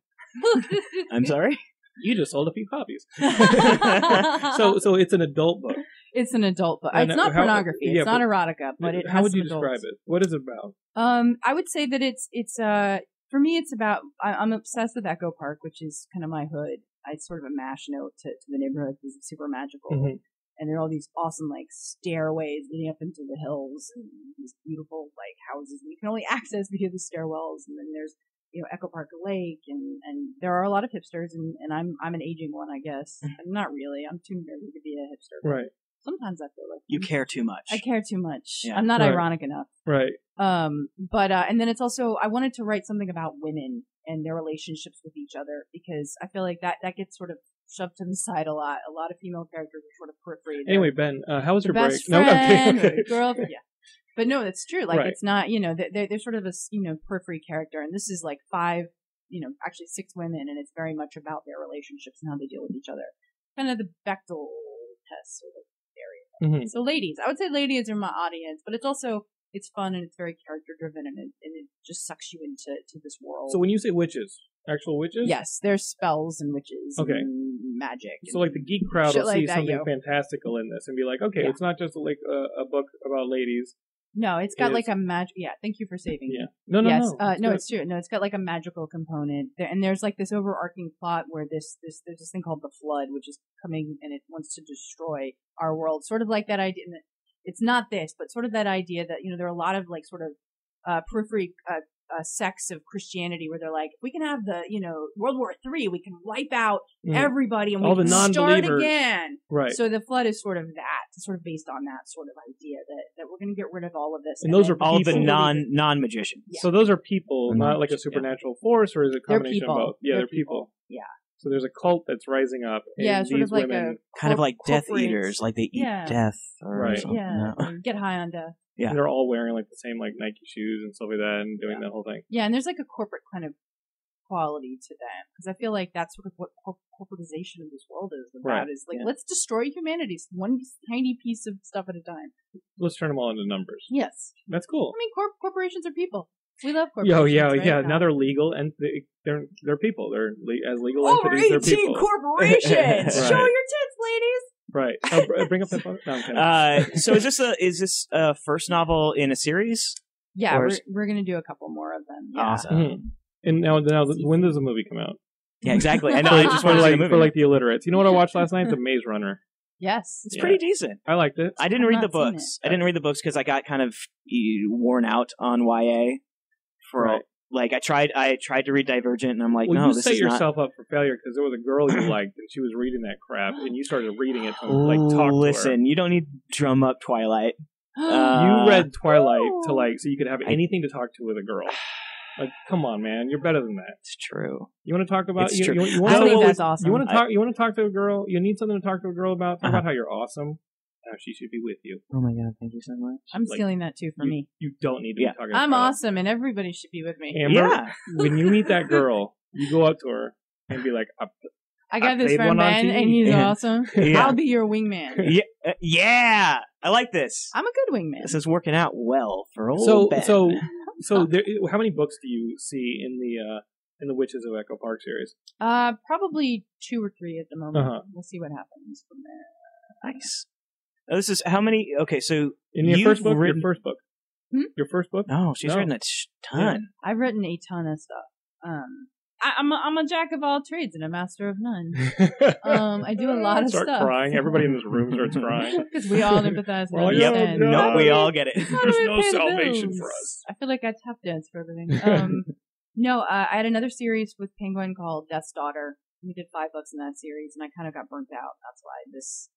Speaker 2: I'm sorry.
Speaker 1: you just sold a few copies. Uh, so, so it's an adult book.
Speaker 3: it's an adult book.
Speaker 1: And
Speaker 3: It's not
Speaker 1: how-
Speaker 3: pornography.
Speaker 1: yeah,
Speaker 3: it's not
Speaker 1: but-
Speaker 3: erotica, but it
Speaker 1: How
Speaker 3: has
Speaker 1: would you
Speaker 3: some
Speaker 1: describe
Speaker 3: adults.
Speaker 1: it? What is it about?
Speaker 3: Um, I would say that it's it's uh for me it's about I, I'm obsessed with Echo Park, which is kind of my hood. I it's sort of a mash note to, to the neighborhood because it's super magical,
Speaker 1: Mhm.
Speaker 3: and there are all these awesome like stairways leading up into the hills, and these beautiful like houses that you can only access via the stairwells, and then there's you know Echo Park Lake, and and there are a lot of hipsters, and and I'm I'm an aging one, I guess. Not really. I'm too nerdy to be a hipster.
Speaker 1: Right.
Speaker 3: Sometimes I feel like
Speaker 2: You
Speaker 3: I'm-
Speaker 2: care too much.
Speaker 3: I care too much.
Speaker 2: Yeah.
Speaker 3: I'm not
Speaker 1: Right.
Speaker 3: ironic enough.
Speaker 1: Right.
Speaker 3: Um, but uh, and then it's also I wanted to write something about women and their relationships with each other because I feel like that that gets sort of shoved to the side a lot. A lot of female characters are sort of periphery. They're
Speaker 1: Anyway, Ben, uh, how was
Speaker 3: the
Speaker 1: your break?
Speaker 3: best friend,
Speaker 1: No, I'm kidding.
Speaker 3: or girl, yeah. But no, that's true. Like
Speaker 1: Right.
Speaker 3: it's not you know they're, they're sort of a s- you know periphery character, and this is like five you know actually six women, and it's very much about their relationships and how they deal with each other. Kind of the Bechtel test sort of area.
Speaker 1: Mhm.
Speaker 3: So ladies, I would say ladies are my audience, but it's also it's fun and it's very character driven, and it, and it just sucks you into to this world.
Speaker 1: So when you say witches, actual witches?
Speaker 3: yes, there's spells and witches,
Speaker 1: Okay.
Speaker 3: and magic.
Speaker 1: So like the geek crowd
Speaker 3: Shit
Speaker 1: will
Speaker 3: like
Speaker 1: see
Speaker 3: that,
Speaker 1: something
Speaker 3: yo.
Speaker 1: fantastical in this and be like, okay,
Speaker 3: Yeah.
Speaker 1: it's not just like a, a book about ladies.
Speaker 3: no, it's got
Speaker 1: is-
Speaker 3: like a magic. Yeah, thank you for saving me.
Speaker 1: Yeah. No, no,
Speaker 3: yes,
Speaker 1: no.
Speaker 3: Uh,
Speaker 1: It's
Speaker 3: no,
Speaker 1: good.
Speaker 3: it's true. No, it's got like a magical component, There- and there's like this overarching plot where this, this there's this thing called the flood, which is coming and it wants to destroy our world. Sort of like that idea. and It's not this, but sort of that idea that you know there are a lot of like sort of uh, periphery uh, uh, sects of Christianity where they're like, if we can have the you know World War Three, we can wipe out
Speaker 1: Mm.
Speaker 3: everybody and we
Speaker 1: All the
Speaker 3: can start
Speaker 1: non-believers.
Speaker 3: again.
Speaker 1: right.
Speaker 3: So the flood is sort of that, It's sort of based on that sort of idea that, that we're going to get rid of all of this.
Speaker 1: And those
Speaker 3: then
Speaker 1: are
Speaker 2: All the
Speaker 1: People-
Speaker 2: non non magicians.
Speaker 3: Yeah.
Speaker 1: So those are people,
Speaker 2: Mhm.
Speaker 1: not like a supernatural force, or is it a
Speaker 3: They're
Speaker 1: combination of
Speaker 3: people.
Speaker 1: both? Yeah, they're,
Speaker 3: They're
Speaker 1: people.
Speaker 3: people. Yeah.
Speaker 1: So there's a cult that's rising up, and
Speaker 3: Yeah,
Speaker 1: these
Speaker 3: sort of like
Speaker 1: women.
Speaker 2: Kind of
Speaker 3: Cor-
Speaker 2: like Death
Speaker 3: corporate-
Speaker 2: Eaters, like they eat
Speaker 3: Yeah.
Speaker 2: death or
Speaker 1: Right.
Speaker 2: something.
Speaker 3: Yeah,
Speaker 2: No.
Speaker 3: get high on death.
Speaker 2: yeah.
Speaker 1: They're all wearing like the same like Nike shoes and stuff like that, and doing that whole thing.
Speaker 3: Yeah, and there's like a corporate kind of quality to them because I feel like that's sort of what cor- corporatization of this world is about.
Speaker 1: Right,
Speaker 3: Is like
Speaker 1: yeah.
Speaker 3: let's destroy humanity, s- one tiny piece of stuff at a time.
Speaker 1: Let's turn them all into numbers.
Speaker 3: Yes,
Speaker 1: That's cool.
Speaker 3: I mean corp- corporations are people. We love
Speaker 1: Yo,
Speaker 3: corporations.
Speaker 1: yeah,
Speaker 3: right?
Speaker 1: yeah. Now they're legal, and they, they're they're people. They're le- as legal
Speaker 3: over
Speaker 1: entities. They're
Speaker 3: Oh, eighteen
Speaker 1: people.
Speaker 3: corporations. Show
Speaker 1: Right.
Speaker 3: your tits, ladies.
Speaker 1: right. Oh, br- bring up that phone. No, I'm kidding.
Speaker 2: Uh, so is this a is this a first novel in a series?
Speaker 3: Yeah,
Speaker 2: Or
Speaker 3: we're,
Speaker 2: is-
Speaker 3: we're gonna do a couple more of them. Yeah.
Speaker 2: Awesome.
Speaker 1: Mhm. And now, now, when does the movie come out?
Speaker 2: Yeah, exactly. I know. I just
Speaker 1: for
Speaker 2: want to see
Speaker 1: like
Speaker 2: Uh, the movie.
Speaker 1: for like the illiterates. You know what I watched last night? The Maze Runner.
Speaker 3: Yes.
Speaker 2: it's
Speaker 1: Yeah.
Speaker 2: pretty decent.
Speaker 1: I liked it.
Speaker 2: I didn't
Speaker 3: I've
Speaker 2: read
Speaker 3: not
Speaker 2: the
Speaker 3: seen
Speaker 2: books. I didn't read the books because I got kind of eh, worn out on YA for
Speaker 1: Right.
Speaker 2: like I tried I tried to read Divergent and I'm like
Speaker 1: well,
Speaker 2: no
Speaker 1: you
Speaker 2: this
Speaker 1: set
Speaker 2: is not
Speaker 1: yourself up for failure because there was a girl you liked and she was reading that crap and you started reading it from like talk
Speaker 2: listen you don't need to drum up Twilight
Speaker 1: to
Speaker 2: Uh,
Speaker 1: her. You read Twilight to
Speaker 3: Oh.
Speaker 1: like so you could have anything to talk to with a girl. Like, come on, man, you're better than that.
Speaker 2: it's true
Speaker 1: You want to talk about
Speaker 2: It's
Speaker 1: you,
Speaker 2: true.
Speaker 1: you, you
Speaker 2: I
Speaker 1: want
Speaker 2: think
Speaker 1: to
Speaker 3: that's awesome.
Speaker 1: You want to talk. You want to talk to a girl. You need something to talk to a girl about. Talk
Speaker 2: Uh-huh.
Speaker 1: about how you're awesome. How she should be with you.
Speaker 2: oh my god thank you so much
Speaker 3: I'm
Speaker 1: like,
Speaker 3: stealing that too from me.
Speaker 1: You don't need to
Speaker 2: Yeah.
Speaker 1: be talking.
Speaker 3: I'm
Speaker 1: about
Speaker 3: awesome, and everybody should be with me.
Speaker 1: Amber,
Speaker 2: yeah
Speaker 1: when you meet that girl, you go up to her and be like, I,
Speaker 3: I got
Speaker 1: played
Speaker 3: this
Speaker 1: one on
Speaker 3: friend Ben,
Speaker 1: TV.
Speaker 3: and he's
Speaker 2: Yeah.
Speaker 3: awesome.
Speaker 2: Yeah.
Speaker 3: I'll be your wingman.
Speaker 2: yeah uh, yeah I like this
Speaker 3: I'm a good wingman.
Speaker 2: this is working out well for old
Speaker 1: so
Speaker 2: Ben.
Speaker 1: so so there, how many books do you see in the uh in the witches of echo park series
Speaker 3: Uh, probably two or three at the moment.
Speaker 1: Uh-huh.
Speaker 3: We'll see what happens from there.
Speaker 2: nice Oh, this is how many okay so
Speaker 1: in your
Speaker 2: You've
Speaker 1: first book
Speaker 2: written-
Speaker 1: your first book
Speaker 3: Hmm?
Speaker 1: your first book
Speaker 2: no she's
Speaker 1: No.
Speaker 2: written a sh- ton
Speaker 3: I've written a ton of stuff. Um, I, I'm a, I'm a jack of all trades and a master of none. Um, I do a lot of
Speaker 1: start
Speaker 3: stuff.
Speaker 1: crying everybody in this room starts crying
Speaker 3: Because we all empathize.
Speaker 1: We're like,
Speaker 3: with
Speaker 1: "Yep,
Speaker 3: Ben.
Speaker 1: no,
Speaker 2: no
Speaker 1: How
Speaker 2: we
Speaker 1: do
Speaker 2: all get it
Speaker 3: How do
Speaker 1: There's
Speaker 3: we
Speaker 1: no
Speaker 3: pay the
Speaker 1: salvation
Speaker 3: bills?
Speaker 1: for us.
Speaker 3: I feel like I tap dance for everything. Um, no, uh, I had another series with Penguin called Death's Daughter. We did five books in that series, and I kind of got burnt out. That's why this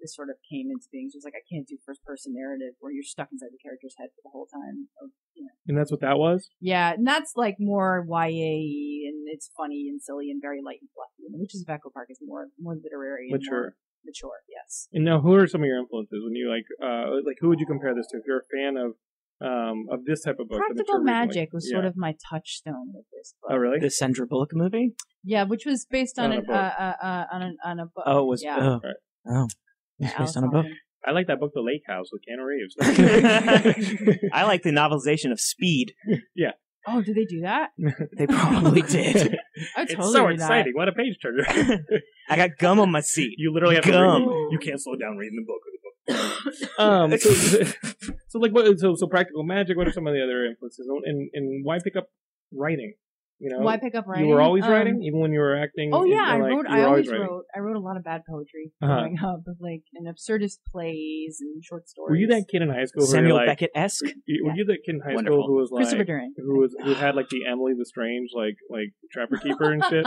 Speaker 3: this sort of came into being. So it's like I can't do first person narrative where you're stuck inside the character's head for the whole time. Of, you know.
Speaker 1: and that's what that was
Speaker 3: Yeah, and that's like more YA, and it's funny and silly and very light and fluffy. And Witches of Echo Park is more more literary, and
Speaker 1: mature
Speaker 3: more mature. Yes.
Speaker 1: and now who are some of your influences when you like uh like who would you compare this to if you're a fan of um of this type of book that
Speaker 3: Practical
Speaker 1: you're reading, like-
Speaker 3: Magic was sort
Speaker 1: Yeah.
Speaker 3: of my touchstone with this book.
Speaker 1: oh really
Speaker 2: the Sandra Bullock movie
Speaker 3: Yeah, which was based
Speaker 1: On
Speaker 3: on,
Speaker 1: a
Speaker 3: an,
Speaker 1: book.
Speaker 3: Uh, uh, uh, on, an, on a book.
Speaker 2: Oh, it was
Speaker 3: yeah.
Speaker 2: oh,
Speaker 1: Right.
Speaker 2: oh. It was
Speaker 3: Yeah,
Speaker 2: based
Speaker 3: Alice
Speaker 2: on a book.
Speaker 3: Hoffman.
Speaker 1: i like that book the lake house with Keanu reeves
Speaker 2: I like the novelization of Speed.
Speaker 3: Oh, do they do that?
Speaker 2: They probably did.
Speaker 3: I
Speaker 1: it's
Speaker 3: totally
Speaker 1: so
Speaker 3: read that.
Speaker 1: exciting what a page turner
Speaker 2: I got gum on my seat.
Speaker 1: You literally have
Speaker 2: Gum.
Speaker 1: to read. You can't slow down reading the book or the book. um, so, so- so like, what, so so practical magic. What are some of the other influences, and and, and why pick up writing? You know,
Speaker 3: Why pick up writing?
Speaker 1: you were always
Speaker 3: Um,
Speaker 1: writing, even when you were acting.
Speaker 3: Oh
Speaker 1: and,
Speaker 3: yeah, I
Speaker 1: like,
Speaker 3: wrote.
Speaker 1: you were
Speaker 3: I always
Speaker 1: writing.
Speaker 3: wrote. I wrote a lot of bad poetry
Speaker 1: Uh-huh.
Speaker 3: growing up, of like an absurdist plays and short stories.
Speaker 1: Were you that kid in high school who
Speaker 2: Samuel
Speaker 1: were like,
Speaker 2: Beckett esque.
Speaker 1: you- were you that kid in high
Speaker 2: Wonderful.
Speaker 1: school who was like,
Speaker 3: Christopher Durant?
Speaker 1: who was who had like the Emily the Strange like like trapper keeper and shit?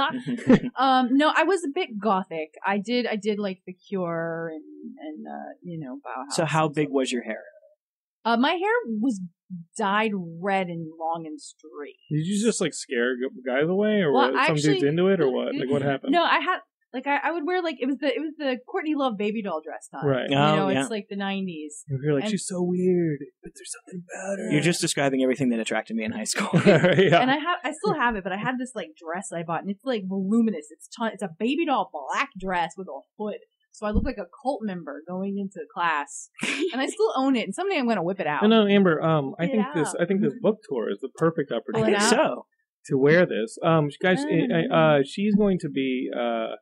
Speaker 3: um, no, I was a bit gothic. I did. I did like The Cure and and uh, you know Bauhaus.
Speaker 2: so how
Speaker 3: and
Speaker 2: big
Speaker 3: stuff.
Speaker 2: was your hair?
Speaker 3: Uh, my hair was dyed red and long and straight.
Speaker 1: Did you just like scare g- guys away, or
Speaker 3: Well,
Speaker 1: what? some
Speaker 3: actually- mm-hmm.
Speaker 1: dudes into it, or what? Like what happened?
Speaker 3: No, I had like I, I would wear like it was the it was the Courtney Love baby doll dress time.
Speaker 1: Right.
Speaker 3: You
Speaker 2: Oh,
Speaker 3: know,
Speaker 2: yeah.
Speaker 3: it's like the nineties.
Speaker 1: And You're like
Speaker 3: And-
Speaker 1: she's so weird, but there's something about her.
Speaker 2: You're just describing everything that attracted me in high school.
Speaker 1: yeah.
Speaker 3: And I have I still have it, but I had this like dress I bought and it's like voluminous. It's ton it's a baby doll black dress with a hood. So I look like a cult member going into class. and I still own it and someday I'm gonna whip it out.
Speaker 1: no, no, Amber. Um, I
Speaker 3: Get
Speaker 1: think
Speaker 3: it
Speaker 1: this.
Speaker 3: out. Mm-hmm.
Speaker 1: I think this book tour is the perfect
Speaker 3: Pull it
Speaker 1: opportunity
Speaker 3: out.
Speaker 2: so
Speaker 1: to wear this. Um, guys,
Speaker 3: Mm.
Speaker 1: I- I- uh, she's going to be uh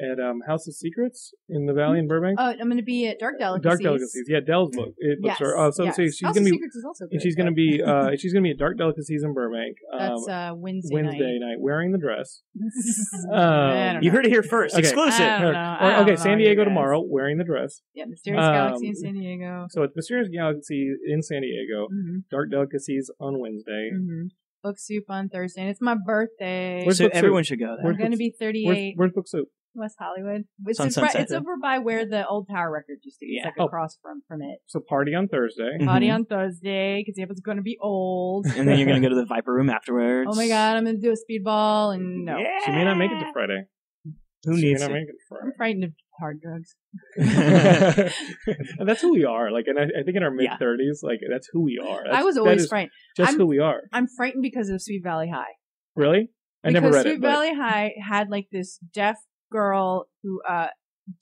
Speaker 1: at um House of Secrets in the Valley in Burbank.
Speaker 3: Uh, I'm gonna be at Dark Delicacies.
Speaker 1: Dark Delicacies. Yeah, Dell's book. It
Speaker 3: Yes,
Speaker 1: looks her. Oh, so,
Speaker 3: yes.
Speaker 1: so she's
Speaker 3: House
Speaker 1: gonna be.
Speaker 3: of Secrets is also
Speaker 1: And
Speaker 3: good,
Speaker 1: she's gonna
Speaker 3: but
Speaker 1: be. Uh, she's gonna be at Dark Delicacies in Burbank. Um,
Speaker 3: That's uh, Wednesday.
Speaker 1: Wednesday night, wearing the dress.
Speaker 3: night.
Speaker 1: Um,
Speaker 3: don't
Speaker 2: you
Speaker 3: know.
Speaker 2: heard it here first.
Speaker 1: Okay.
Speaker 2: Exclusive.
Speaker 3: I don't know.
Speaker 1: Or-
Speaker 3: I don't
Speaker 1: okay,
Speaker 3: know,
Speaker 1: San
Speaker 3: you
Speaker 1: Diego
Speaker 3: guys.
Speaker 1: tomorrow, wearing the dress.
Speaker 3: Yeah, Mysterious
Speaker 1: Um,
Speaker 3: Galaxy in San Diego.
Speaker 1: So it's Mysterious Galaxy in San Diego,
Speaker 3: hmm
Speaker 1: Dark Delicacies on Wednesday.
Speaker 3: hmm Book soup on Thursday, and it's my birthday.
Speaker 1: Where's
Speaker 2: so
Speaker 1: Book Soup?
Speaker 2: everyone should go there.
Speaker 1: Where's
Speaker 3: I'm going to
Speaker 1: Book-
Speaker 3: be
Speaker 1: Where's,
Speaker 3: 38
Speaker 1: where's Book Soup?
Speaker 3: West Hollywood. It's,
Speaker 2: on
Speaker 3: just right-
Speaker 2: Sunset.
Speaker 3: it's over by where the old Tower Records used to be.
Speaker 2: Yeah.
Speaker 3: It's like
Speaker 1: Oh. Mm-hmm.
Speaker 3: across from from it.
Speaker 1: So party on Thursday.
Speaker 2: Mhm.
Speaker 3: Party on Thursday because Yep, it's going to be old.
Speaker 2: and then you're gonna go to the Viper Room afterwards.
Speaker 3: oh my god, I'm going to do a speedball and no,
Speaker 2: Yeah.
Speaker 1: She may not make it to Friday.
Speaker 2: Who
Speaker 1: she
Speaker 2: needs
Speaker 1: may not
Speaker 2: it?
Speaker 1: make it to
Speaker 3: I'm frightened of hard drugs.
Speaker 2: it?
Speaker 1: Friday. and that's who we are. Like, and I, I think in our mid
Speaker 2: Yeah.
Speaker 1: thirties, like that's who we are. That's,
Speaker 3: I was
Speaker 1: that
Speaker 3: always
Speaker 1: is
Speaker 3: frightened.
Speaker 1: Just
Speaker 3: I'm-
Speaker 1: who we are.
Speaker 3: I'm frightened because of Sweet Valley High.
Speaker 1: Really? I never
Speaker 3: because
Speaker 1: read
Speaker 3: Sweet
Speaker 1: it. but-
Speaker 3: Valley High had like this deaf girl who uh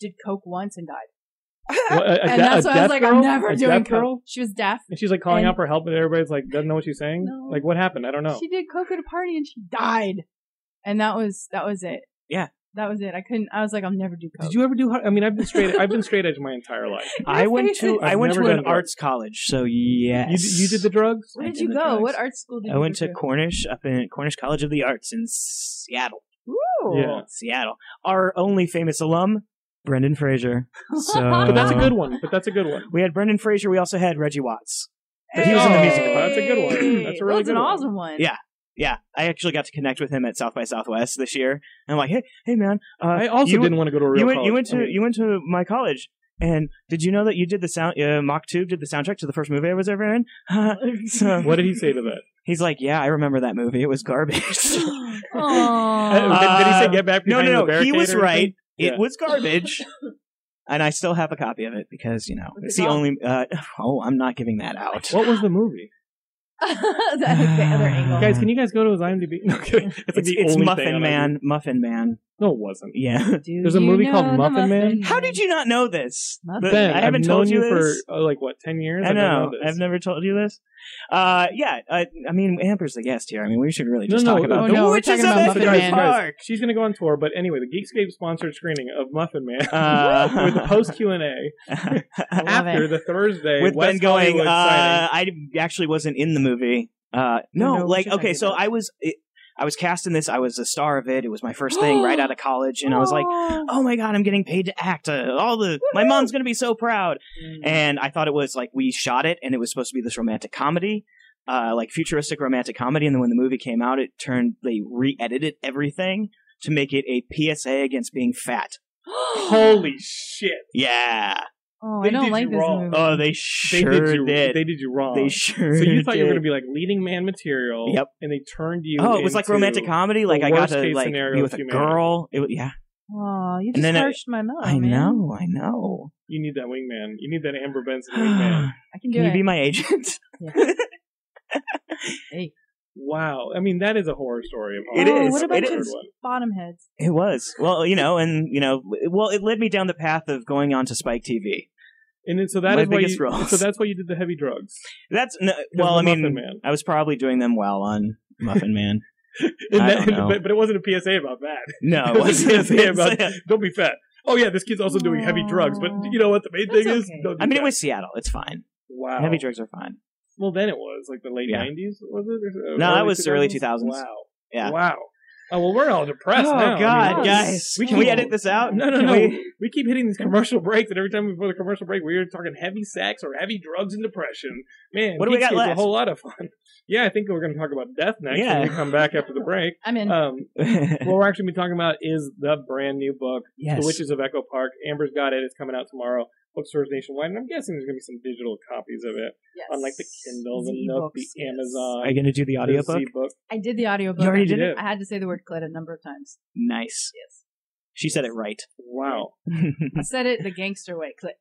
Speaker 3: did coke once and died.
Speaker 1: What, a- a
Speaker 3: and
Speaker 1: de-
Speaker 3: that's
Speaker 1: a
Speaker 3: why I was
Speaker 1: deaf
Speaker 3: like,
Speaker 1: girl?
Speaker 3: I'm never
Speaker 1: A
Speaker 3: doing
Speaker 1: deaf girl.
Speaker 3: coke. She was deaf.
Speaker 1: And she's like calling
Speaker 3: And-
Speaker 1: out for help, and everybody's like doesn't know what she's saying.
Speaker 3: No.
Speaker 1: Like, what happened? I don't
Speaker 2: Oh.
Speaker 1: know.
Speaker 3: She did coke at a party and she died. And that was that was it.
Speaker 2: Yeah.
Speaker 3: That was it. I couldn't I was like, I'll never do coke.
Speaker 1: Did you ever do? hard- I mean, I've been straight. I've been straight edge my entire life.
Speaker 2: I went
Speaker 3: faces-
Speaker 2: to I
Speaker 1: I've
Speaker 2: went to
Speaker 1: never
Speaker 2: an
Speaker 1: done drugs.
Speaker 2: arts college, so yes.
Speaker 1: You, d- you did the drugs.
Speaker 3: Where
Speaker 2: I
Speaker 3: did
Speaker 2: did
Speaker 3: you
Speaker 2: the
Speaker 3: go?
Speaker 2: drugs.
Speaker 3: What art school did
Speaker 2: I
Speaker 3: you
Speaker 2: went
Speaker 3: go
Speaker 2: to Cornish up in Cornish College of the Arts in Seattle.
Speaker 3: Ooh.
Speaker 1: Yeah.
Speaker 2: Seattle. Our only famous alum, Brendan Fraser. So
Speaker 1: But that's a good one. But that's a good one.
Speaker 2: We had Brendan Fraser. We also had Reggie Watts.
Speaker 1: But he was in the music
Speaker 3: Hey!
Speaker 1: club. That's a good one. That's a really
Speaker 3: That's
Speaker 1: good one.
Speaker 3: an awesome one.
Speaker 2: Yeah. Yeah, I actually got to connect with him at South by Southwest this year. And I'm like, hey, hey, man. Uh,
Speaker 1: I also
Speaker 2: you,
Speaker 1: didn't want to go to a real
Speaker 2: you went,
Speaker 1: college.
Speaker 2: you went to
Speaker 1: I mean,
Speaker 2: you went to my college, and did you know that you did the sound? Uh, Mock Tube did the soundtrack to the first movie I was ever in. so
Speaker 1: what did he say to that?
Speaker 2: he's like, yeah, I remember that movie. It was garbage.
Speaker 3: Aww.
Speaker 1: Uh, did, did he say
Speaker 2: Uh,
Speaker 1: get back?
Speaker 2: no,
Speaker 1: behind the
Speaker 2: no, no. He
Speaker 1: barricade
Speaker 2: was
Speaker 1: or anything?
Speaker 2: right.
Speaker 1: Yeah.
Speaker 2: It was garbage. And I still have a copy of it because you know
Speaker 3: What's
Speaker 2: it's
Speaker 3: it
Speaker 2: the
Speaker 3: called?
Speaker 2: only. Uh, oh, I'm not giving that out.
Speaker 1: What was the movie?
Speaker 3: the, the other angle.
Speaker 1: Guys, can you guys go to his IMDb? No, I'm kidding. It's, like
Speaker 2: It's,
Speaker 1: the
Speaker 2: it's
Speaker 1: only thing
Speaker 2: Muffin
Speaker 1: on IMDb.
Speaker 2: Man. Muffin Man.
Speaker 1: No, it wasn't.
Speaker 2: Yeah.
Speaker 3: Do
Speaker 1: There's a
Speaker 3: you
Speaker 1: movie called
Speaker 3: know the
Speaker 1: Muffin Man?
Speaker 2: How
Speaker 1: Mhm.
Speaker 2: did you not know this?
Speaker 3: Muffin
Speaker 2: The-
Speaker 3: Man.
Speaker 1: Ben,
Speaker 2: I haven't
Speaker 1: have
Speaker 2: told
Speaker 1: known you,
Speaker 2: this.
Speaker 1: for uh, like what ten years.
Speaker 2: I
Speaker 1: I've never
Speaker 2: know.
Speaker 1: known this.
Speaker 2: I've never told you this. Uh, yeah. I, I mean, Amber's the guest here. I mean, we should really just
Speaker 1: no,
Speaker 2: talk
Speaker 1: oh,
Speaker 2: about
Speaker 3: no,
Speaker 2: the
Speaker 3: we're
Speaker 2: witches
Speaker 3: talking
Speaker 2: of
Speaker 3: about
Speaker 1: So
Speaker 3: Muffin
Speaker 2: Estes
Speaker 1: guys,
Speaker 3: Man.
Speaker 1: guys,
Speaker 2: Park.
Speaker 1: she's gonna go on tour, but anyway, the Geekscape sponsored screening of Muffin Man
Speaker 2: Uh,
Speaker 1: with a post Q and A
Speaker 3: I love
Speaker 1: after
Speaker 3: it.
Speaker 1: the Thursday
Speaker 2: with
Speaker 1: West
Speaker 2: Ben going.
Speaker 1: Hollywood
Speaker 2: Uh,
Speaker 1: signing.
Speaker 2: I actually wasn't in the movie. Uh, no,
Speaker 3: No, what
Speaker 2: like
Speaker 3: you're
Speaker 2: okay,
Speaker 3: talking
Speaker 2: so
Speaker 3: about.
Speaker 2: I was. It, I was cast in this. I was a star of it. It was my first thing right out of college, and I was like, "Oh my god, I'm getting paid to act! Uh, all the my mom's gonna be so proud."
Speaker 1: Mm-hmm.
Speaker 2: and I thought it was like we shot it, and it was supposed to be this romantic comedy, uh, like futuristic romantic comedy. And then when the movie came out, it turned they re-edited everything to make it a PSA against being fat.
Speaker 1: Holy shit!
Speaker 2: Yeah.
Speaker 3: Oh,
Speaker 1: They
Speaker 3: I don't
Speaker 1: did
Speaker 3: like
Speaker 1: you
Speaker 3: this
Speaker 1: wrong.
Speaker 3: movie.
Speaker 2: Oh, they
Speaker 1: They
Speaker 2: sure
Speaker 1: did you.
Speaker 2: did.
Speaker 1: They did you wrong.
Speaker 2: They sure.
Speaker 1: so you thought
Speaker 2: did.
Speaker 1: you were going to be like leading man material.
Speaker 2: Yep.
Speaker 1: And they turned you.
Speaker 2: Oh, it was like
Speaker 1: into-
Speaker 2: romantic comedy. Like
Speaker 1: the
Speaker 2: I got
Speaker 1: worst
Speaker 2: to
Speaker 1: case
Speaker 2: like
Speaker 1: scenario
Speaker 2: be
Speaker 1: of
Speaker 2: with a
Speaker 1: humanity.
Speaker 2: girl. It, was- yeah,
Speaker 3: Oh, you
Speaker 2: And
Speaker 3: just
Speaker 2: then it-
Speaker 3: harshed my mouth.
Speaker 2: I
Speaker 3: man.
Speaker 2: know, I know.
Speaker 1: You need that wingman. You need that Amber Benson wingman.
Speaker 2: Can
Speaker 3: I can do
Speaker 2: you
Speaker 3: it.
Speaker 2: be my agent?
Speaker 1: wow. I mean, that is a horror story. Of
Speaker 2: It
Speaker 1: horror.
Speaker 2: is.
Speaker 3: Oh, What
Speaker 1: I've
Speaker 3: about
Speaker 1: heard
Speaker 2: It
Speaker 3: your
Speaker 2: is.
Speaker 1: one.
Speaker 3: bottom heads?
Speaker 2: It was. Well, you know, and you know, well, it led me down the path of going on to Spike TV.
Speaker 1: And then, so that
Speaker 2: My
Speaker 1: is why.
Speaker 2: biggest
Speaker 1: You,
Speaker 2: roles.
Speaker 1: so that's why you did the heavy drugs.
Speaker 2: That's no,
Speaker 1: 'Cause
Speaker 2: well,
Speaker 1: the
Speaker 2: I mean,
Speaker 1: Muffin Man.
Speaker 2: I was probably doing them well on Muffin Man.
Speaker 1: And
Speaker 2: I
Speaker 1: that-
Speaker 2: don't know.
Speaker 1: But, but it wasn't a PSA about that.
Speaker 2: No,
Speaker 1: It was a PSA
Speaker 2: it
Speaker 1: about
Speaker 2: wasn't.
Speaker 1: don't be fat. Oh yeah, this kid's also doing heavy drugs. But you know what? The main
Speaker 3: That's
Speaker 1: thing is,
Speaker 3: okay.
Speaker 1: don't be
Speaker 2: I mean,
Speaker 1: fat.
Speaker 2: it was Seattle. It's fine.
Speaker 1: wow.
Speaker 2: Heavy drugs are fine.
Speaker 1: Well, then it was like the late
Speaker 2: Yeah.
Speaker 1: '90s, was it? Or-
Speaker 2: No,
Speaker 1: early
Speaker 2: that was early 2000s.
Speaker 1: Wow.
Speaker 2: Yeah.
Speaker 1: Wow. Oh well, we're all depressed
Speaker 2: oh
Speaker 1: now. I
Speaker 2: God,
Speaker 1: mean,
Speaker 2: guys,
Speaker 1: we
Speaker 2: can we edit this out?
Speaker 1: No, no,
Speaker 2: Can
Speaker 1: no.
Speaker 2: we-
Speaker 1: We? keep hitting these commercial breaks, and every time we put a commercial break, we're talking heavy sex or heavy drugs and depression. Man,
Speaker 2: What do we got
Speaker 1: Geekscape's A
Speaker 2: left?
Speaker 1: whole lot of fun. Yeah, I think we're going to talk about death next
Speaker 2: Yeah.
Speaker 1: when we come back after the break.
Speaker 3: I'm in.
Speaker 2: Uh,
Speaker 1: Um, what we're actually be talking about is the brand new book,
Speaker 2: yes.
Speaker 1: The Witches of Echo Park. Amber's got it. It's coming out tomorrow. Bookstores nationwide, and I'm guessing there's going to be some digital copies of it
Speaker 3: yes.
Speaker 1: on like the Kindle, the Nook, the
Speaker 4: Z-books, yes.
Speaker 1: Amazon,
Speaker 2: Are you going to do the
Speaker 1: the
Speaker 2: audiobook?
Speaker 1: Z-book.
Speaker 3: I did the audiobook.
Speaker 2: You already
Speaker 3: I
Speaker 1: did
Speaker 3: didn't-
Speaker 1: it?
Speaker 3: I had to say the word clit a number of times.
Speaker 2: Nice.
Speaker 3: Yes.
Speaker 2: She said it right.
Speaker 1: Wow.
Speaker 3: I said it the gangster way. Clit.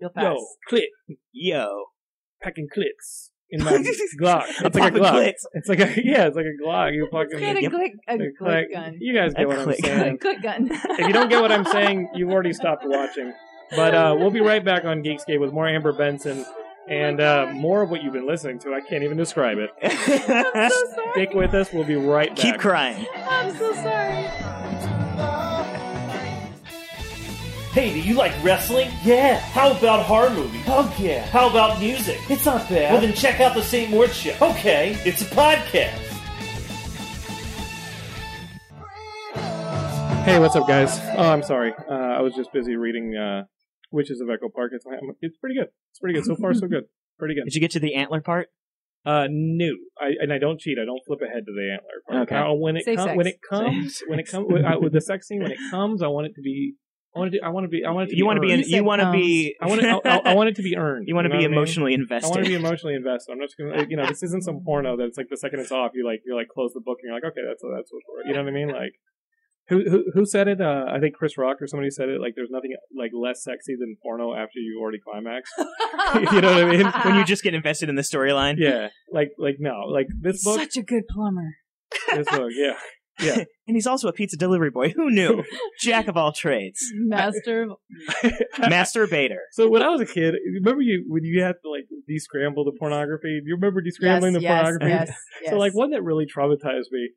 Speaker 3: Real fast.
Speaker 1: Yo, clit.
Speaker 2: Yo.
Speaker 1: packing clits in my Glock. It's like a
Speaker 2: Popping
Speaker 1: Glock.
Speaker 2: clits.
Speaker 1: It's like a yeah, it's like a Glock. You fucking
Speaker 3: Get a
Speaker 2: Yep.
Speaker 3: click, a
Speaker 1: Click,
Speaker 3: click
Speaker 1: click.
Speaker 3: gun.
Speaker 1: You guys get
Speaker 2: A
Speaker 1: what I'm
Speaker 2: click.
Speaker 1: saying.
Speaker 3: Click gun.
Speaker 1: if you don't get what I'm saying, you've already stopped watching. But uh, we'll be right back on Geekscape with more Amber Benson and uh, more of what you've been listening to. I can't even describe it.
Speaker 3: I'm so sorry.
Speaker 1: Stick with us. We'll be right back.
Speaker 2: Keep crying.
Speaker 3: I'm so sorry.
Speaker 5: Hey, do you like wrestling? Yeah. How about horror movies? Oh yeah. How about music? It's not bad. Well then check out the St. Mort Show. Okay. It's a podcast.
Speaker 1: Hey, what's up, guys? Oh, I'm sorry. Uh, I was just busy reading uh, Witches of Echo Park. It's, it's pretty good. It's pretty good. So far, so good. Pretty good.
Speaker 2: Did you get to the antler part?
Speaker 1: Uh, no. I, and I don't cheat. I don't flip ahead to the antler. Part.
Speaker 2: Okay.
Speaker 1: Now, when it
Speaker 3: Safe
Speaker 1: com-
Speaker 3: sex.
Speaker 1: when it comes Um, when it comes with, uh, with the sex scene when it comes, I want it to be. I want to. do- I want to be. I want it to.
Speaker 2: You want to be? In,
Speaker 1: earned.
Speaker 3: You
Speaker 2: you want to
Speaker 3: said
Speaker 2: be?
Speaker 1: I want to. I, I- I want it to be earned.
Speaker 2: You want to
Speaker 1: know
Speaker 2: be
Speaker 1: what I mean?
Speaker 2: emotionally
Speaker 1: I want to be
Speaker 2: invested.
Speaker 1: emotionally invested. I'm not just gonna, like, you know, this isn't some porno that it's like the second it's off, you like, you like close the book and you're like, okay, that's that's what, we're- you know what I mean? Like, who who who said it? Uh, I think Chris Rock or somebody said it. Like, there's nothing like less sexy than porno after you already climax. you know what I mean?
Speaker 2: When you just get invested in the storyline.
Speaker 1: Yeah, like like no, like this book,
Speaker 4: Such a good plumber.
Speaker 1: this book, yeah.
Speaker 2: And he's also a pizza delivery boy. Who knew? Jack of all trades,
Speaker 3: Master. of-
Speaker 2: masturbator.
Speaker 1: So when I was a kid, remember you when you had to like descramble the pornography? Do you remember descrambling the
Speaker 3: yes,
Speaker 1: pornography?
Speaker 3: yes, yes.
Speaker 1: So like one that really traumatized me,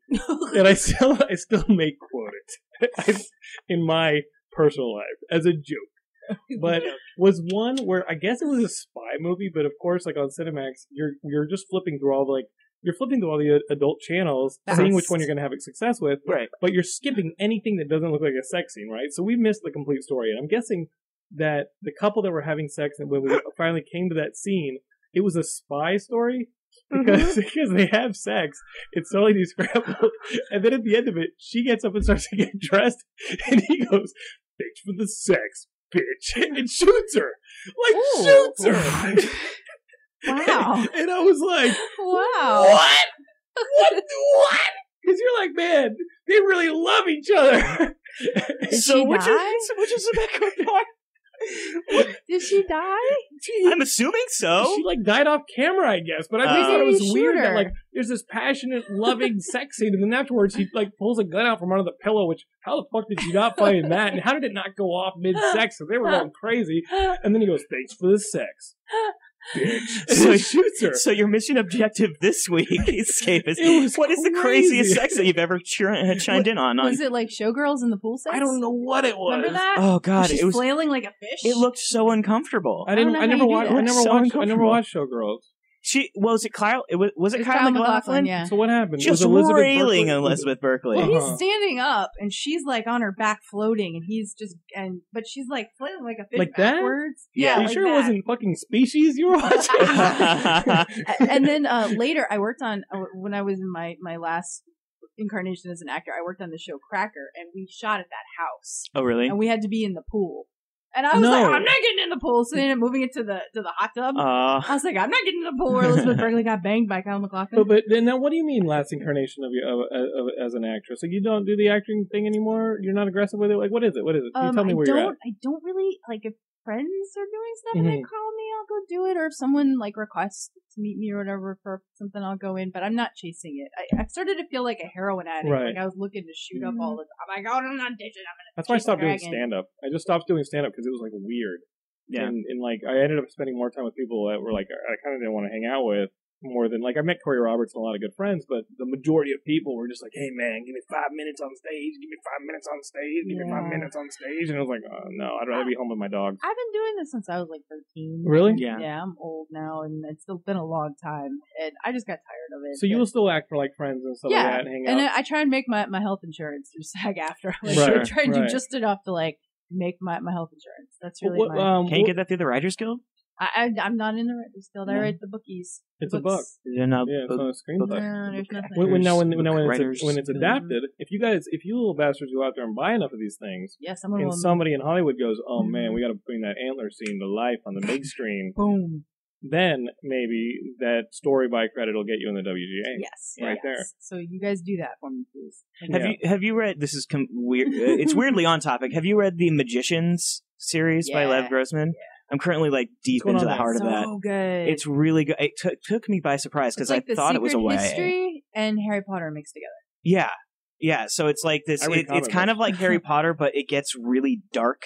Speaker 1: and I still I still may quote it I, in my personal life as a joke, but was one where I guess it was a spy movie, but of course like on Cinemax you're you're just flipping through all the, like you're flipping through all the uh, adult channels, seeing which one you're going to have success with,
Speaker 2: Right.
Speaker 1: but you're skipping anything that doesn't look like a sex scene, right? So we missed the complete story. And I'm guessing that the couple that were having sex and when we finally came to that scene, it was a spy story
Speaker 3: Mm-hmm.
Speaker 1: because because they have sex. It's slowly descrambled. And then at the end of it, she gets up and starts to get dressed and he goes, Bitch for the sex, bitch and shoots her. Like
Speaker 3: Ooh.
Speaker 1: shoots her.
Speaker 3: wow,
Speaker 1: and I was like
Speaker 3: wow.
Speaker 1: what? What? What? Because you're like, man, they really love each other.
Speaker 2: So
Speaker 3: she
Speaker 2: which is,
Speaker 3: die?
Speaker 2: so which is Rebecca Park?
Speaker 3: Did she die?
Speaker 2: I'm assuming so.
Speaker 1: She like died off camera, I guess. But I just
Speaker 2: Uh,
Speaker 1: thought it was
Speaker 3: Maybe
Speaker 1: weird
Speaker 3: shoot
Speaker 1: that
Speaker 3: her.
Speaker 1: like there's this passionate, loving sex scene, and then afterwards she like pulls a gun out from under the pillow. Which how the fuck did you not find that? And how did it not go off mid sex? So they were going crazy. And then he goes, "Thanks for the sex." Bitch. And
Speaker 2: So-
Speaker 1: he shoots her.
Speaker 2: So your mission objective this week, Escape, is
Speaker 1: It was
Speaker 2: what is the
Speaker 1: crazy.
Speaker 2: craziest sex that you've ever chi- chimed in on? on-
Speaker 3: Was it like showgirls in the pool sex?
Speaker 1: I don't know what it was.
Speaker 3: Remember that?
Speaker 2: oh God,
Speaker 3: She's
Speaker 2: it was.
Speaker 3: flailing like a fish.
Speaker 2: It looked so uncomfortable.
Speaker 1: I didn't.
Speaker 3: I
Speaker 1: I,
Speaker 3: don't know how you
Speaker 1: never
Speaker 3: do
Speaker 1: watched.
Speaker 3: that.
Speaker 1: I never
Speaker 2: So
Speaker 1: watched. I never
Speaker 2: uncomfortable.
Speaker 1: watched Showgirls.
Speaker 2: She well, was it Kyle? It was, was it,
Speaker 3: It's
Speaker 2: Kyle,
Speaker 3: Kyle
Speaker 2: McLaughlin?
Speaker 3: McLaughlin, yeah.
Speaker 1: So what happened? It was
Speaker 2: Just
Speaker 1: Elizabeth
Speaker 2: railing
Speaker 1: Berkley-
Speaker 2: Elizabeth Berkeley.
Speaker 1: Uh-huh.
Speaker 3: Well, he's standing up, and she's like on her back, floating, and he's just and but she's like flailing like a fish
Speaker 1: Like that?
Speaker 3: backwards.
Speaker 2: Yeah.
Speaker 3: Yeah,
Speaker 1: Are you
Speaker 3: like
Speaker 1: sure
Speaker 3: that.
Speaker 1: it wasn't fucking Species you were watching?
Speaker 3: A- and then uh, later, I worked on uh, when I was in my my last incarnation as an actor. I worked on the show Cracker, and we shot at that house,
Speaker 2: oh really?
Speaker 3: and we had to be in the pool. And I was like,
Speaker 1: No.
Speaker 3: I'm not getting in the pool. So they ended up moving it to the to the hot tub.
Speaker 2: Uh,
Speaker 3: I was like, I'm not getting in the pool where Elizabeth Berkley got banged by Kyle
Speaker 1: but,
Speaker 3: McLaughlin.
Speaker 1: but then now, what do you mean last incarnation of you of, of, as an actress? Like you don't do the acting thing anymore. You're not aggressive with it. Like what is it? What is it? You
Speaker 3: Um,
Speaker 1: tell me
Speaker 3: I
Speaker 1: where
Speaker 3: don't,
Speaker 1: you're at.
Speaker 3: I don't really like if friends are doing stuff and they
Speaker 1: Mhm.
Speaker 3: call me, I'll go do it. Or if someone like requests to meet me or whatever for something, I'll go in. But I'm not chasing it. I, I've started to feel like a heroin addict.
Speaker 1: Right.
Speaker 3: Like I was looking to shoot up all the time. I'm like, oh, I'm not ditching. I'm
Speaker 1: That's why I
Speaker 3: She's a
Speaker 1: stopped doing
Speaker 3: dragon.
Speaker 1: stand up. I just stopped doing stand up because it was like weird.
Speaker 2: Yeah.
Speaker 1: And, and like I ended up spending more time with people that were like I kind of didn't want to hang out with. more than like I met Corey Roberts and a lot of good friends, but the majority of people were just like, "Hey man, give me five minutes on stage, give me five minutes on stage, give me five
Speaker 3: Yeah.
Speaker 1: minutes on stage," and I was like, "Oh no, I'd rather be home with my dog."
Speaker 3: I've been doing this since I was like 13.
Speaker 1: Really?
Speaker 2: Yeah.
Speaker 3: Yeah, I'm old now, and it's still been a long time, and I just got tired of it.
Speaker 1: So you will still act for like friends and stuff like
Speaker 3: Yeah,
Speaker 1: that, and hang out.
Speaker 3: and I, I try and make my, my health insurance through SAG after. Like,
Speaker 1: Right,
Speaker 3: I try and
Speaker 1: right.
Speaker 3: do just enough to like make my, my health insurance. That's really
Speaker 1: What-
Speaker 3: my.
Speaker 1: um,
Speaker 2: Can't you
Speaker 1: what-
Speaker 2: get that through the Writers Guild?
Speaker 3: I, I, I'm not in the written still. I
Speaker 2: No.
Speaker 3: read the bookies.
Speaker 1: it's a book.
Speaker 3: books.
Speaker 2: Is it not-
Speaker 1: Yeah, it's
Speaker 2: book-
Speaker 1: not a
Speaker 2: book-
Speaker 1: screenplay.
Speaker 3: No, there's
Speaker 2: book
Speaker 3: nothing.
Speaker 1: When, when now, when, now, when,
Speaker 2: Writers
Speaker 1: it's, when it's
Speaker 2: Guild.
Speaker 1: adapted, if you guys, if you little bastards go out there and buy enough of these things,
Speaker 3: Yeah, someone
Speaker 1: and
Speaker 3: will.
Speaker 1: somebody in Hollywood goes, "Oh
Speaker 3: Mhm.
Speaker 1: man, we got to bring that antler scene to life on the big screen,"
Speaker 3: boom.
Speaker 1: then maybe that story by credit will get you in the WGA.
Speaker 3: Yes.
Speaker 1: Right
Speaker 3: yes.
Speaker 1: there.
Speaker 3: So you guys do that for me, please. Thank
Speaker 2: Have
Speaker 1: Yeah.
Speaker 2: you have you read? This is com- weird. uh, it's weirdly on topic. Have you read the Magicians series by
Speaker 3: Yeah.
Speaker 2: Lev Grossman? I'm currently like deep
Speaker 1: going
Speaker 2: into
Speaker 1: on
Speaker 2: the
Speaker 1: there?
Speaker 2: heart
Speaker 3: so
Speaker 2: of that.
Speaker 3: good.
Speaker 2: It's really good. It took took me by surprise
Speaker 3: It's
Speaker 2: because I
Speaker 3: like the
Speaker 2: thought it was a
Speaker 3: Secret
Speaker 2: YA.
Speaker 3: history and Harry Potter mixed together.
Speaker 2: Yeah, yeah. So it's like this.
Speaker 1: I read
Speaker 2: It,
Speaker 1: comic
Speaker 2: it's kind of like Harry Potter, but it gets really dark,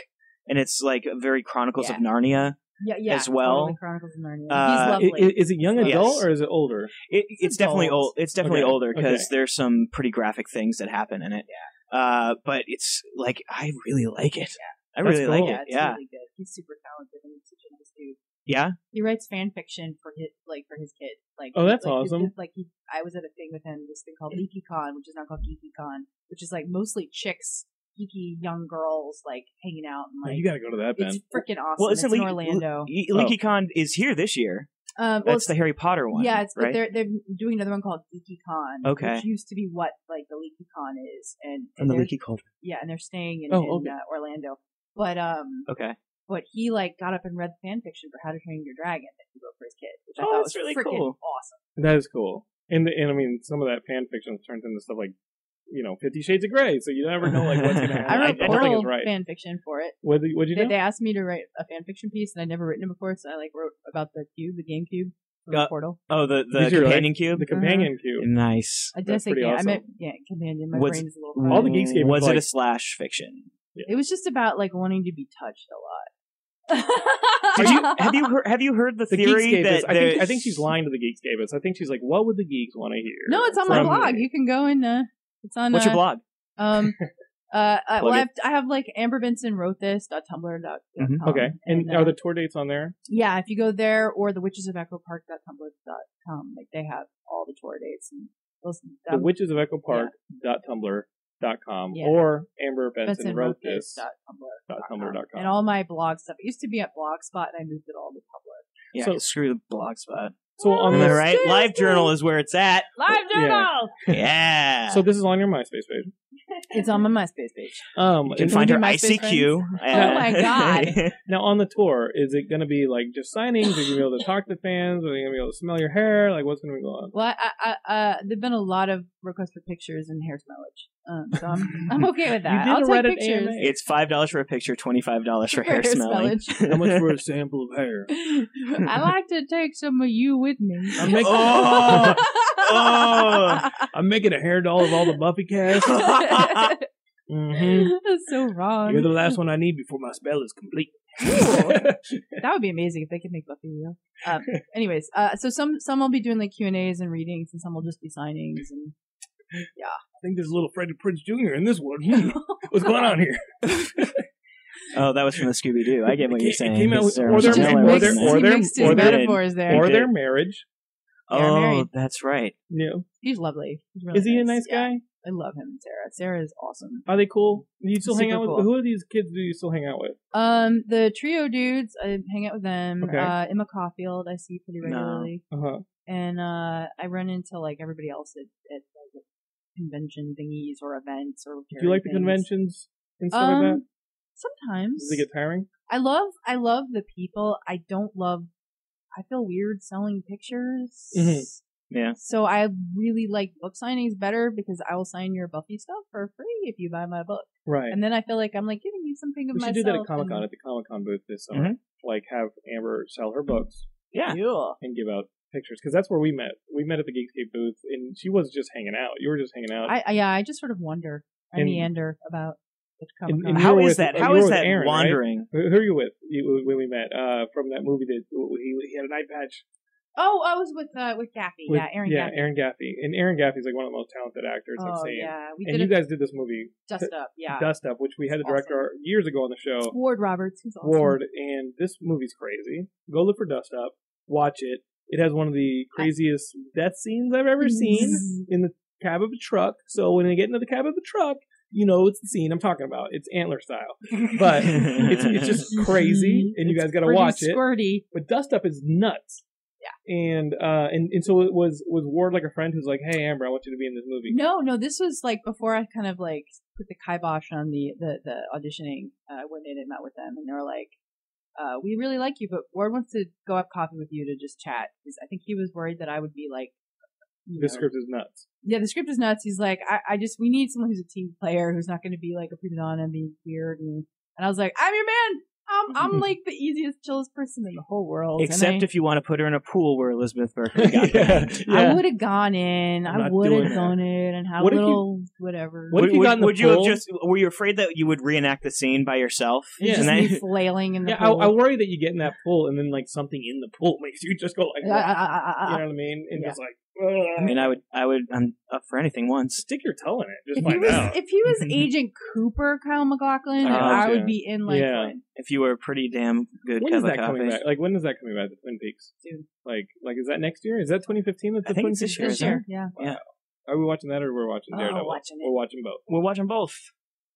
Speaker 2: and it's like very Chronicles of Narnia.
Speaker 3: Yeah, yeah.
Speaker 2: as well.
Speaker 3: totally, Chronicles of Narnia.
Speaker 2: Uh,
Speaker 3: He's
Speaker 1: I-
Speaker 3: lovely.
Speaker 1: i- is it young
Speaker 2: Yes.
Speaker 1: adult or is it older?
Speaker 2: It, it's, definitely
Speaker 3: adult.
Speaker 2: old. It's definitely
Speaker 1: Okay,
Speaker 2: older 'cause older because
Speaker 1: okay.
Speaker 2: there's some pretty graphic things that happen in it. Yeah. Uh, but it's like I really like it. I
Speaker 1: That's
Speaker 2: really
Speaker 1: cool.
Speaker 2: like
Speaker 3: yeah,
Speaker 2: it.
Speaker 3: it's
Speaker 2: Yeah.
Speaker 3: really good. He's super talented and he's such a nice dude.
Speaker 2: Yeah.
Speaker 3: He writes fan fiction for his like for his kid. Like
Speaker 1: Oh, that's
Speaker 3: like, his-
Speaker 1: awesome.
Speaker 3: his- like he, I was at a thing with him, this thing called LeakyCon, which is now called GeekyCon, which is like mostly chicks, geeky young girls like hanging out and
Speaker 1: Oh,
Speaker 3: like
Speaker 1: you got to go to that
Speaker 3: it's
Speaker 1: then.
Speaker 3: freaking awesome.
Speaker 2: Well,
Speaker 3: it's
Speaker 2: isn't
Speaker 3: in
Speaker 2: Le-
Speaker 3: Orlando.
Speaker 2: Le-
Speaker 1: Oh.
Speaker 2: LeakyCon is here this year.
Speaker 3: um, well,
Speaker 2: That's the
Speaker 3: it's-
Speaker 2: Harry Potter one.
Speaker 3: yeah, it's but
Speaker 2: right.
Speaker 3: they're they're doing another one called GeekyCon,
Speaker 2: Okay.
Speaker 3: which used to be what like the LeakyCon is, and,
Speaker 2: From
Speaker 3: and
Speaker 2: the
Speaker 3: they're-
Speaker 2: Leaky Cauldron.
Speaker 3: yeah, and they're staying in,
Speaker 1: Oh,
Speaker 3: in
Speaker 1: okay.
Speaker 3: uh, Orlando. But um,
Speaker 2: Okay.
Speaker 3: but he like got up and read fan fiction for How to Train Your Dragon that he wrote for his kid, which I
Speaker 2: Oh,
Speaker 3: thought
Speaker 2: that's
Speaker 3: was
Speaker 2: really
Speaker 3: freaking
Speaker 2: cool.
Speaker 3: awesome.
Speaker 1: That is cool. And the, and I mean, some of that fan fiction turns into stuff like, you know, Fifty Shades of Grey. So you never know like what's going to happen.
Speaker 2: I
Speaker 3: I
Speaker 2: wrote
Speaker 3: wrote
Speaker 1: don't think
Speaker 3: Portal
Speaker 1: it's right.
Speaker 3: fan fiction for it.
Speaker 1: What did what'd you
Speaker 3: They,
Speaker 1: do?
Speaker 3: they asked me to write a fan fiction piece, and I'd never written it before, so I like wrote about the cube, the GameCube, from
Speaker 2: Uh,
Speaker 3: Portal.
Speaker 2: Oh, the the
Speaker 1: These are, like,
Speaker 2: companion cube.
Speaker 3: Uh-huh.
Speaker 1: The companion cube.
Speaker 2: Nice.
Speaker 3: I did
Speaker 1: that's
Speaker 3: say
Speaker 1: pretty
Speaker 3: game. I
Speaker 1: awesome.
Speaker 3: meant yeah, companion. My
Speaker 2: Was-
Speaker 3: brain is a little.
Speaker 1: All
Speaker 3: fried.
Speaker 1: the Geekscape
Speaker 2: Mm, was
Speaker 1: is
Speaker 2: it a
Speaker 1: like-
Speaker 2: slash fiction?
Speaker 3: It was just about like wanting to be touched a lot.
Speaker 2: Did you have you heard, have you heard the,
Speaker 1: The
Speaker 2: theory
Speaker 1: Geekscape
Speaker 2: that
Speaker 1: is, I think
Speaker 2: there-
Speaker 1: I think she's lying to the Geekscapists. I think she's like, what would the geeks want to hear?
Speaker 3: No, it's on my
Speaker 1: from
Speaker 3: blog.
Speaker 1: me?
Speaker 3: You can go and uh, it's on.
Speaker 2: What's your
Speaker 3: uh,
Speaker 2: blog?
Speaker 3: Um, uh, I, well,
Speaker 2: Plug it.
Speaker 3: I have, I have like Amber Benson wrote this dot tumblr dot
Speaker 2: Mhm.
Speaker 3: com.
Speaker 1: Okay, and,
Speaker 3: uh,
Speaker 1: are the tour dates on there?
Speaker 3: yeah, if you go there or the Witches of Echo Park dot tumblr dot com, like they have all the tour dates and those.
Speaker 1: The
Speaker 3: um,
Speaker 1: Witches of Echo Park dot Tumblr dot com
Speaker 3: Yeah.
Speaker 1: or Amber Benson,
Speaker 3: Benson
Speaker 1: wrote this
Speaker 3: dot tumblr
Speaker 1: dot
Speaker 3: com.
Speaker 1: Tumblr dot com.
Speaker 3: and all my blog stuff. It used to be at Blogspot, and I moved it all to Tumblr.
Speaker 2: Yeah,
Speaker 1: so-
Speaker 2: screw the blog spot.
Speaker 1: so on
Speaker 2: Am I
Speaker 1: this,
Speaker 2: right? Live Journal is where it's at.
Speaker 3: Live
Speaker 1: Yeah.
Speaker 3: journal.
Speaker 2: Yeah.
Speaker 1: so this is on your MySpace page.
Speaker 3: It's on my MySpace page.
Speaker 1: Um,
Speaker 2: you can
Speaker 1: and-
Speaker 2: find
Speaker 3: do
Speaker 2: her
Speaker 3: MySpace
Speaker 2: ICQ.
Speaker 3: Oh my God.
Speaker 1: Now on the tour, is it going to be like just signings? Are you going to be able to talk to fans? Are you going to be able to smell your hair? Like what's going to go on?
Speaker 3: Well, I, I, uh, there've been a lot of requests for pictures and hair smellage, um, so I'm I'm okay with that.
Speaker 1: did
Speaker 3: I'll
Speaker 1: a
Speaker 3: take
Speaker 1: Reddit
Speaker 3: pictures.
Speaker 1: AMA.
Speaker 2: it's five dollars for a picture, twenty five dollars for hair smelling.
Speaker 1: How much for a sample of hair?
Speaker 3: I like to take some of you with me.
Speaker 1: I'm making,
Speaker 2: Oh! Oh.
Speaker 1: I'm making a hair doll of all the Buffy cast. Oh! Mhm.
Speaker 3: That's so wrong.
Speaker 1: You're the last one I need before my spell is complete.
Speaker 3: that would be amazing if they could make Buffy real. Um, anyways, uh, so some some will be doing like Q and A's and readings, and some will just be signings. And
Speaker 1: I think there's a little Freddie Prince Jr. in this one. Hmm. What's going on here?
Speaker 2: oh, that was from the Scooby Doo. I get what
Speaker 1: It came-
Speaker 2: you're
Speaker 1: it
Speaker 2: saying.
Speaker 1: came out with-
Speaker 2: It's
Speaker 1: or
Speaker 2: ceremonial,
Speaker 1: their-
Speaker 3: He
Speaker 1: or
Speaker 2: wasn't
Speaker 1: their-
Speaker 3: mixed-
Speaker 2: it?
Speaker 1: or
Speaker 3: he
Speaker 1: their-
Speaker 3: mixed
Speaker 1: or
Speaker 3: his
Speaker 1: their-
Speaker 3: metaphors there.
Speaker 1: Or
Speaker 2: did.
Speaker 1: their marriage.
Speaker 3: they are
Speaker 2: oh,
Speaker 3: married.
Speaker 2: that's right.
Speaker 1: Yeah.
Speaker 3: He's lovely. He's really
Speaker 1: Is he a nice
Speaker 3: Yeah,
Speaker 1: guy?
Speaker 3: I love him and Sarah. Sarah is awesome.
Speaker 1: Are they cool? Do you still hang
Speaker 3: Super
Speaker 1: out with
Speaker 3: cool.
Speaker 1: who are these kids? Do you still hang out with?
Speaker 3: Um, the trio dudes, I hang out with them.
Speaker 1: Okay.
Speaker 3: Uh, Emma Caulfield, I see pretty
Speaker 2: No.
Speaker 3: regularly.
Speaker 1: Uh huh.
Speaker 3: and uh, I run into like everybody else at, at like, convention thingies or events or.
Speaker 1: Do you like the
Speaker 3: things.
Speaker 1: conventions and stuff
Speaker 3: Um,
Speaker 1: like that?
Speaker 3: sometimes
Speaker 1: Does it get tiring?
Speaker 3: I love I love the people. I don't love. I feel weird selling pictures.
Speaker 1: Mhm.
Speaker 2: Yeah.
Speaker 3: So I really like book signings better because I will sign your Buffy stuff for free if you buy my book,
Speaker 1: Right.
Speaker 3: and then I feel like I'm like giving you something of
Speaker 1: we should
Speaker 3: myself.
Speaker 1: do that at Comic Con
Speaker 3: and-
Speaker 1: at the Comic Con booth this summer. Like have Amber sell her books
Speaker 2: Yeah.
Speaker 1: and give out pictures because that's where we met. We met at the Geekscape booth, and she was just hanging out. You were just hanging out.
Speaker 3: I I- yeah, I just sort of wonder. I
Speaker 1: And-
Speaker 3: meander about which Comic
Speaker 1: and-
Speaker 3: Con.
Speaker 1: and
Speaker 2: How
Speaker 1: were
Speaker 2: is
Speaker 1: with-
Speaker 2: that?
Speaker 1: you
Speaker 2: How
Speaker 1: were
Speaker 2: is
Speaker 1: with
Speaker 2: that
Speaker 1: Aaron, right?
Speaker 2: wandering?
Speaker 1: who who are you with you, when we met uh, from that movie that he, he had an eye patch?
Speaker 3: Oh, I was with uh, with Gaffey.
Speaker 1: With-
Speaker 3: yeah, Aaron
Speaker 1: yeah,
Speaker 3: Gaffey.
Speaker 1: Aaron Gaffey, and Aaron Gaffey's like one of the most talented actors I've
Speaker 3: Oh
Speaker 1: seen.
Speaker 3: yeah, we
Speaker 1: And
Speaker 3: did
Speaker 1: you
Speaker 3: a
Speaker 1: guys did this movie
Speaker 3: dust up. Yeah,
Speaker 1: Dust Up, which we had to
Speaker 3: It's
Speaker 1: direct
Speaker 3: awesome.
Speaker 1: our, years ago on the show.
Speaker 3: It's Ward Roberts. Who's awesome.
Speaker 1: Ward, and this movie's crazy. Go look for Dust Up. Watch it. It has one of the craziest death scenes I've ever seen in the cab of a truck. So when they get into the cab of the truck, you know it's the scene I'm talking about. It's antler style, but it's, it's just crazy, and you guys got to
Speaker 3: Mm-hmm. Pretty
Speaker 1: watch it.
Speaker 3: squirty.
Speaker 1: But Dust Up is nuts. Yeah. And uh and, and so it was was Ward like a friend who's like, Hey Amber, I want you to be in this movie.
Speaker 3: No, no, this was like before I kind of like put the kibosh on the the, the auditioning uh, when they had met with them, and they were like, uh, "We really like you, but Ward wants to go have coffee with you to just chat." 'Cause I think he was worried that I would be like, you
Speaker 1: This
Speaker 3: know-
Speaker 1: script is nuts.
Speaker 3: yeah, the script is nuts. He's like, I, I just we need someone who's a team player who's not going to be like a primadonna and be weird. And, and I was like, I'm your man. I'm I'm like the easiest, chillest person in the whole world. And
Speaker 2: Except
Speaker 3: I,
Speaker 2: if you want to put her in a pool where Elizabeth Berkley got
Speaker 1: Yeah.
Speaker 2: banged.
Speaker 1: Yeah.
Speaker 3: I would have gone in,
Speaker 1: I'm
Speaker 3: I
Speaker 1: not
Speaker 3: would
Speaker 1: doing
Speaker 3: have
Speaker 1: that.
Speaker 3: done it and had
Speaker 1: What
Speaker 3: a
Speaker 1: if you-
Speaker 3: little whatever.
Speaker 1: What if
Speaker 2: would,
Speaker 1: you
Speaker 2: would-
Speaker 1: got in the
Speaker 2: would you have
Speaker 1: pool?
Speaker 2: just? Were you afraid that you would reenact the scene by yourself?
Speaker 1: Yeah.
Speaker 3: Just
Speaker 2: And
Speaker 3: me
Speaker 2: then,
Speaker 3: flailing in the
Speaker 1: Yeah, I,
Speaker 3: pool.
Speaker 1: I worry that you get in that pool and then like something in the pool makes you just go like
Speaker 3: Ah, ah, ah, ah,
Speaker 1: you
Speaker 3: ah.
Speaker 1: know what I mean? And
Speaker 3: Yeah.
Speaker 1: just like
Speaker 2: I mean, I would, I would, I'm up for anything once.
Speaker 1: stick your toe in it. Just
Speaker 3: If he
Speaker 1: find
Speaker 3: was
Speaker 1: out.
Speaker 3: if he was Agent Cooper Kyle McLaughlin,
Speaker 2: Oh,
Speaker 1: yeah.
Speaker 3: I would be in like
Speaker 1: Yeah.
Speaker 3: one.
Speaker 2: If you were a pretty damn good
Speaker 1: When is
Speaker 2: cup of
Speaker 1: that coming
Speaker 2: coffee.
Speaker 1: back? Like when is that coming back? The Twin Peaks.
Speaker 3: Soon.
Speaker 1: Like like is that next year? Is that 2015? That's
Speaker 2: I
Speaker 1: the
Speaker 2: think
Speaker 1: Twin
Speaker 2: it's this
Speaker 1: Peaks.
Speaker 2: year,
Speaker 3: this
Speaker 2: isn't it?
Speaker 3: year. Yeah.
Speaker 1: Are we watching that or we're watching
Speaker 3: Oh,
Speaker 1: Daredevil?
Speaker 3: watching it.
Speaker 1: We're watching both.
Speaker 2: We're watching both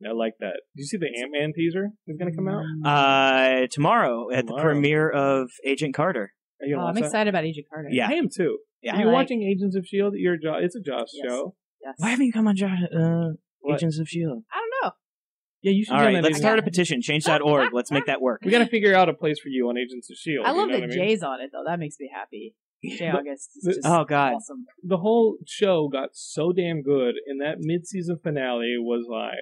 Speaker 1: I like that. Did you see the Ant Man teaser is going to come out? Are
Speaker 3: Mm.
Speaker 2: uh, tomorrow at the
Speaker 1: Tomorrow.
Speaker 2: premiere of Agent Carter.
Speaker 1: you
Speaker 3: Oh,
Speaker 1: gonna watch
Speaker 3: I'm
Speaker 1: that?
Speaker 3: excited about Agent Carter.
Speaker 2: Yeah.
Speaker 1: I am too.
Speaker 2: Yeah.
Speaker 1: Are you
Speaker 3: I like-
Speaker 1: watching Agents of Shield? Your jo- it's a Josh
Speaker 3: Yes.
Speaker 1: show.
Speaker 3: Yes.
Speaker 2: Why haven't you come on Josh, uh,
Speaker 1: What?
Speaker 2: Agents of Shield?
Speaker 3: I don't know.
Speaker 1: Oh, Yeah, you should. be
Speaker 2: All
Speaker 1: on
Speaker 2: right,
Speaker 1: that
Speaker 2: let's
Speaker 1: Agents-
Speaker 2: start a petition. Change.org. Let's make that work.
Speaker 1: We got to figure out a place for you on Agents of Shield.
Speaker 3: I
Speaker 1: you
Speaker 3: love
Speaker 1: know
Speaker 3: that
Speaker 1: what I mean?
Speaker 3: Jay's on it though. That makes me happy. Jay
Speaker 1: The-
Speaker 3: August
Speaker 1: the-
Speaker 3: is just
Speaker 2: Oh God.
Speaker 3: awesome.
Speaker 1: The whole show got so damn good, and that mid-season finale was like,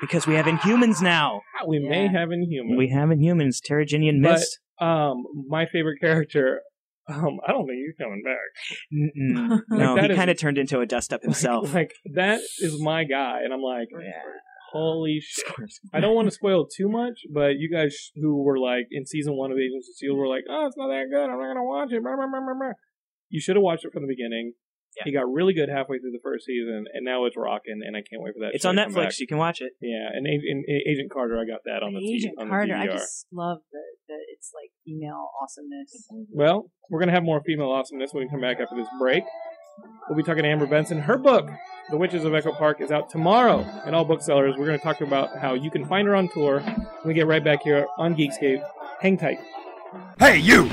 Speaker 2: Because we have Inhumans now.
Speaker 1: wow, we may
Speaker 3: Yeah.
Speaker 1: have Inhumans.
Speaker 2: We have Inhumans. Terrigenian
Speaker 1: But-
Speaker 2: Mist.
Speaker 1: um, my favorite character. Um, I don't think he's coming back.
Speaker 2: Mm-mm. No,
Speaker 1: Like, that
Speaker 2: he
Speaker 1: is-
Speaker 2: kind of turned into a dust up himself.
Speaker 1: Like that is my guy, and I'm like,
Speaker 3: Yeah.
Speaker 1: holy shit. I don't want to spoil too much, but you guys who were like in season one of Agents of Steel were like, "Oh, it's not that good. I'm not gonna watch it." Blah, blah, blah, blah, blah." You should have watched it from the beginning.
Speaker 2: Yeah.
Speaker 1: He got really good halfway through the first season, and now it's rocking, and I can't wait for that.
Speaker 2: It's
Speaker 1: show
Speaker 2: on
Speaker 1: to come back.
Speaker 2: Netflix. You can watch it.
Speaker 1: Yeah, and, A- and A- Agent Carter, I got that on the T- E
Speaker 3: Agent
Speaker 1: on the
Speaker 3: Carter. I
Speaker 1: DVR.
Speaker 3: just love the, the it's like female awesomeness.
Speaker 1: Well, we're gonna have more female awesomeness when we come back after this break. We'll be talking to Amber Benson. Her book, The Witches of Echo Park, is out tomorrow in all booksellers. We're gonna talk about how you can find her on tour. We get right back here on Geekscape. Hang tight.
Speaker 6: Hey, you!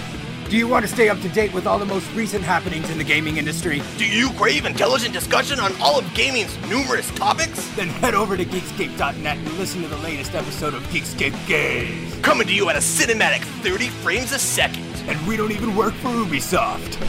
Speaker 6: Do you want to stay up to date with all the most recent happenings in the gaming industry?
Speaker 7: Do you crave intelligent discussion on all of gaming's numerous topics?
Speaker 6: Then head over to Geekscape.net and listen to the latest episode of Geekscape Games.
Speaker 7: Coming to you at a cinematic 30 frames a second.
Speaker 6: And we don't even work for Ubisoft.